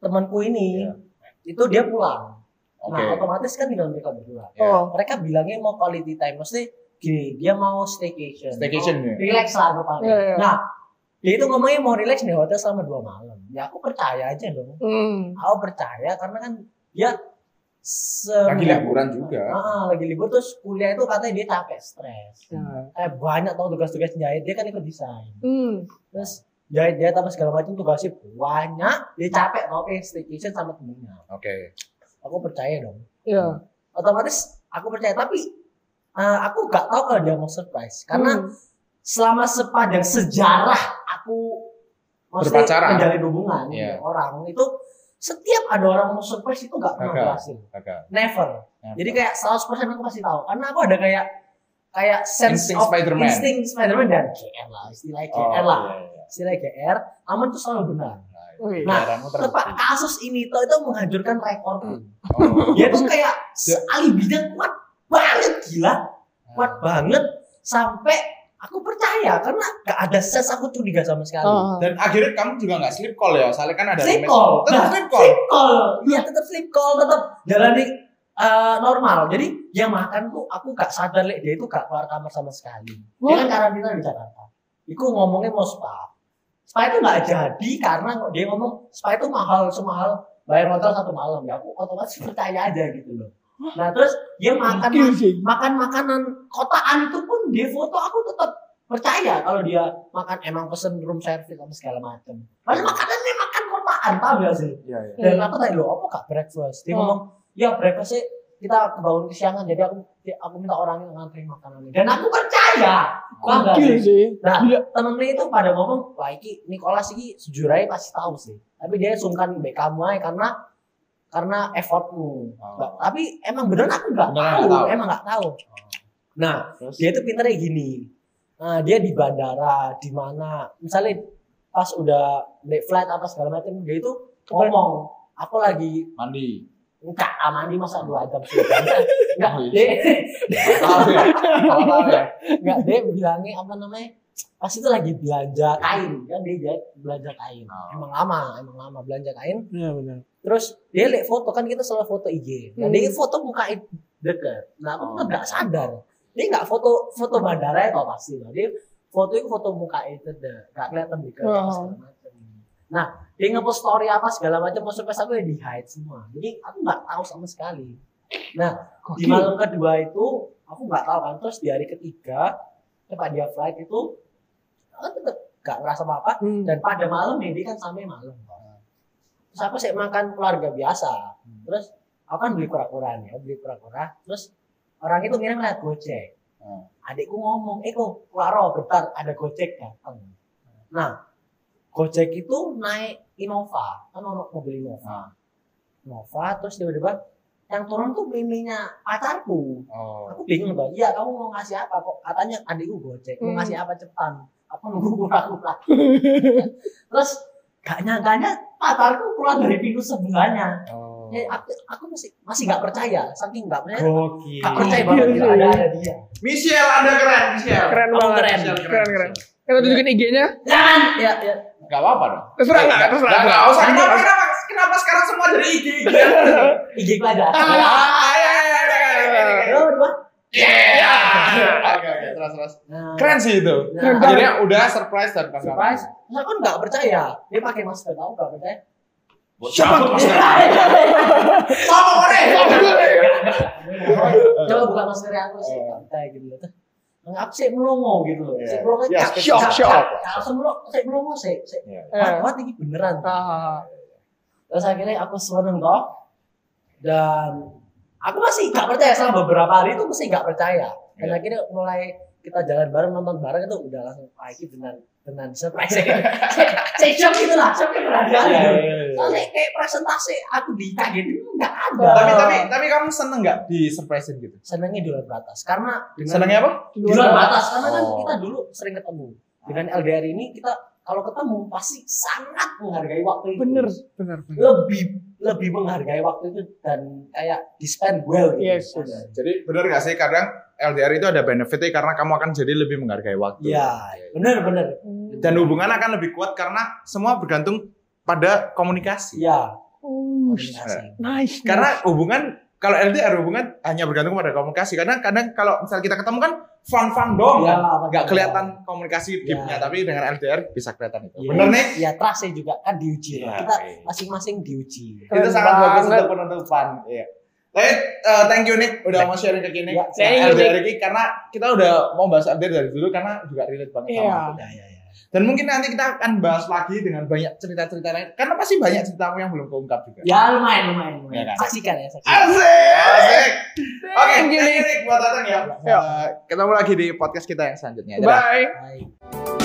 S3: temanku ini,
S1: Iya.
S3: itu dia pulang.
S1: Oke.
S3: Nah, otomatis kan tinggal mereka berdua.
S1: Ya.
S2: Oh.
S3: Mereka bilangnya mau quality time, maksudnya gini, dia mau staycation.
S1: Staycation,
S3: Mau
S1: ya.
S3: Relax lah pokoknya.
S2: Iya, iya.
S3: Nah, dia itu ngomongnya mau relax di hotel selama dua malam. Ya aku percaya aja dong.
S2: Hmm.
S3: aku percaya karena kan dia se-
S1: Lagi liburan juga.
S3: Ah, lagi libur terus kuliah itu katanya dia capek stres
S2: Ya.
S3: eh banyak tau tugas-tugas jahit dia kan ikut desain
S2: Hmm.
S3: terus jahit jahit apa segala macam tugasnya banyak dia capek tau kayak staycation sama temennya
S1: Oke.
S3: aku percaya dong
S2: Iya.
S3: otomatis aku percaya tapi eh, aku gak tahu kalau dia mau surprise karena
S2: Hmm.
S3: selama sepanjang sejarah aku maksudnya
S1: Berpacaran.
S3: menjalin hubungan
S1: Iya.
S3: dengan orang itu setiap ada orang mau surprise itu gak pernah
S1: Gagal.
S3: berhasil
S1: Kakak.
S3: never Jadi kayak 100% aku pasti tahu. Karena aku ada kayak kayak sense
S1: Insting
S3: of
S1: Spider-Man. Oh, iya.
S3: insting Spider-Man dan GR lah, istilah GR lah. Istilah GR, aman tuh selalu benar.
S2: Wih.
S3: Nah,
S1: Jarangmu
S3: Terus Pak, kasus ini tuh itu menghancurkan
S1: Oh.
S3: rekorku. Dia tuh kayak se- alibinya kuat banget gila, kuat
S1: Oh.
S3: banget sampai aku percaya karena gak ada sense aku curiga sama sekali.
S2: Ah.
S1: Dan akhirnya kamu juga nggak sleep call ya, soalnya kan ada
S3: Sleep
S1: roommate.
S3: call.
S1: Tetap
S3: Nah,
S1: sleep call.
S3: call iya tetap sleep call tetap jalani eh, normal jadi yang makan tuh aku gak sadar lek dia itu gak keluar kamar sama sekali dia kan karantina di Jakarta Iku ngomongnya mau spa spa itu gak jadi karena dia ngomong spa itu mahal semahal bayar hotel satu malam ya aku otomatis percaya aja gitu loh nah terus dia makan
S2: Gokil sih.
S3: makan makanan kotaan itu pun dia foto aku tetap percaya kalau dia makan emang pesen room service sama segala macam. Padahal makanannya makan kotaan, paham gak sih?
S1: Iya, iya.
S3: Dan aku tanya loh, apa gak breakfast? Dia
S2: Oh.
S3: ngomong, ya breakfast sih kita kebangun kesiangan, jadi aku aku minta orang yang nganterin makanannya. Dan aku percaya. Paham gak
S2: Gokil
S3: sih?
S2: sih.
S3: Nah,
S2: Gila.
S3: temennya itu pada ngomong, wah iki Nicholas iki sejuranya pasti tahu sih. Tapi dia sungkan baik kamu aja karena karena effortmu.
S1: Oh.
S3: Nah, Tapi emang beneran aku nggak
S1: Beneran
S3: tahu,
S1: nggak tahu.
S3: emang nggak tahu. Nah,
S1: Terus
S3: dia itu pinternya gini. Nah, dia di bandara, di mana, misalnya pas udah naik flight apa segala macam dia itu ngomong aku lagi
S1: mandi
S3: enggak amani masa dua jam sih enggak
S1: Oh, iya.
S3: deh
S1: tahu ya Nggak tahu ya
S3: enggak deh bilangnya apa namanya pas itu lagi belanja kain kan dia jahit belanja kain emang lama emang lama belanja kain
S2: Iya benar.
S3: terus dia lihat foto kan kita selalu foto IG nah,
S2: Hmm.
S3: dia foto muka i- deket nah aku
S1: Oh.
S3: tuh enggak sadar dia enggak foto foto bandara itu pasti lah dia foto itu foto muka itu deh enggak kelihatan deket apa
S2: Oh.
S3: segala macam nah dia ngepost story apa segala macam maksud pas aku ya di hide semua jadi aku nggak tahu sama sekali di malam kedua itu aku nggak tahu kan terus di hari ketiga tempat dia flight itu aku tetap nggak ngerasa apa apa
S2: Hmm.
S3: dan pada malam ini kan sampai malam kan. terus aku sih makan keluarga biasa terus aku kan beli kura-kura nih aku beli kura-kura terus orang itu ngirim lihat gojek
S1: Hmm.
S3: adikku ngomong eh kok klaro bentar ada gojek datang nah gojek itu naik Innova kan orang mobil Innova Innova terus tiba-tiba yang turun tuh miminya pacarku
S1: oh
S3: aku bingung tuh iya kamu mau ngasih apa kok katanya adikku gojek mau
S2: Hmm.
S3: ngasih apa cepetan aku nunggu kura-kura terus gak nyangkanya pacarku keluar dari pintu sebelahnya
S1: oh
S3: Ya, aku, aku masih masih gak percaya saking gak percaya
S4: Gokil.
S3: gak percaya banget
S2: Iya,
S3: gitu
S2: iya.
S3: ada ada dia
S1: Michelle anda keren Michelle
S2: Keren
S3: Kamu
S2: banget.
S3: keren.
S1: Michelle,
S2: Keren, keren. Kita tunjukin IG-nya.
S3: jangan ya ya
S1: Gak apa-apa dong
S2: Terserah nggak?
S1: Nggak-
S2: Terserah
S1: nggak-
S2: nggak?
S1: nggak usah kenapa, kenapa, kenapa sekarang semua jadi IG <laughs>
S3: IG ku aja
S1: Ah, ya, ya, ya, ya, ya, ya, ya.
S3: Ayo, dua.
S1: Yeah. Oke, oke, terus, terus.
S3: Nah,
S1: Keren sih itu.
S3: nah,
S2: Keren.
S1: Akhirnya udah surprise dan bangga.
S3: surprise terus aku gak percaya dia pakai masker tau gak percaya
S1: Siapa tuh? Sama Ore. <laughs>
S3: coba buka masker aku sih santai gitu loh Nggak, aku sih melongo gitu loh
S1: Iya.
S3: sih melongo
S1: Iya,
S3: kak-
S1: shock,
S3: kak-
S1: shock.
S3: kak- kak- sih melongo sih melongo sih sih
S2: Eh.
S3: kuat ini beneran
S2: Ah.
S3: terus akhirnya aku seneng toh dan aku masih nggak percaya selama beberapa hari itu masih nggak percaya dan
S1: Iya.
S3: akhirnya mulai kita jalan bareng nonton bareng itu udah langsung ah ini benar benar
S1: <laughs>
S3: surprise saya shock gitu lah shock yang berada
S1: Iya,
S3: gitu
S1: iya, iya.
S3: Soalnya kayak presentasi aku dikagetin nggak ada
S1: Tapi tapi tapi kamu seneng nggak di surprisein gitu?
S3: senengnya di luar batas karena dengan-
S1: Senengnya apa?
S3: di luar batas karena kan
S1: Oh.
S3: kita dulu sering ketemu dengan LDR ini kita kalau ketemu pasti sangat menghargai waktu itu
S2: Bener, bener, bener.
S3: lebih lebih menghargai waktu itu dan kayak di spend well gitu.
S2: Yes, yes.
S3: Iya,
S1: Jadi bener nggak sih kadang LDR itu ada benefitnya karena kamu akan jadi lebih menghargai waktu.
S3: Iya, bener bener.
S1: Dan hubungan akan lebih kuat karena semua bergantung pada komunikasi.
S3: Iya,
S2: Oh,
S3: koordinasi.
S2: nice.
S1: Karena hubungan kalau LDR hubungan hanya bergantung pada komunikasi. Karena kadang kalau misal kita ketemu kan fun-fun dong.
S3: Iya,
S1: kan? Nggak
S3: bener.
S1: kelihatan komunikasi
S3: Iya.
S1: deepnya, tapi dengan LDR bisa kelihatan itu.
S3: Iya.
S1: Bener nih?
S3: Iya, trust saya juga kan diuji.
S1: Iya,
S3: lah. Kita
S1: iya.
S3: masing-masing diuji.
S1: itu
S2: Keren
S1: sangat bagus
S2: banget.
S1: untuk penutupan. Iya. Tapi eh, thank you Nick udah mau sharing ke Nick.
S3: Ya,
S2: thank
S1: Nah,
S2: you,
S1: LDR ini karena kita udah mau bahas update dari dulu karena juga relate banget sama
S2: Iya.
S1: aku.
S3: Ya, ya, ya.
S1: Dan mungkin nanti kita akan bahas lagi dengan banyak cerita-cerita lain karena pasti banyak ceritamu yang belum keungkap juga.
S2: Iya.
S3: ya lumayan lumayan. lumayan.
S1: Iya, kan?
S3: Saksikan ya, saksikan.
S1: Asik. Asik. Oke,
S2: Thank
S1: thank
S2: you,
S1: you
S2: Nick.
S1: Nick buat datang ya.
S2: Iya.
S1: Eh, ketemu lagi di podcast kita yang selanjutnya. Dadah.
S2: Bye.
S3: Baik.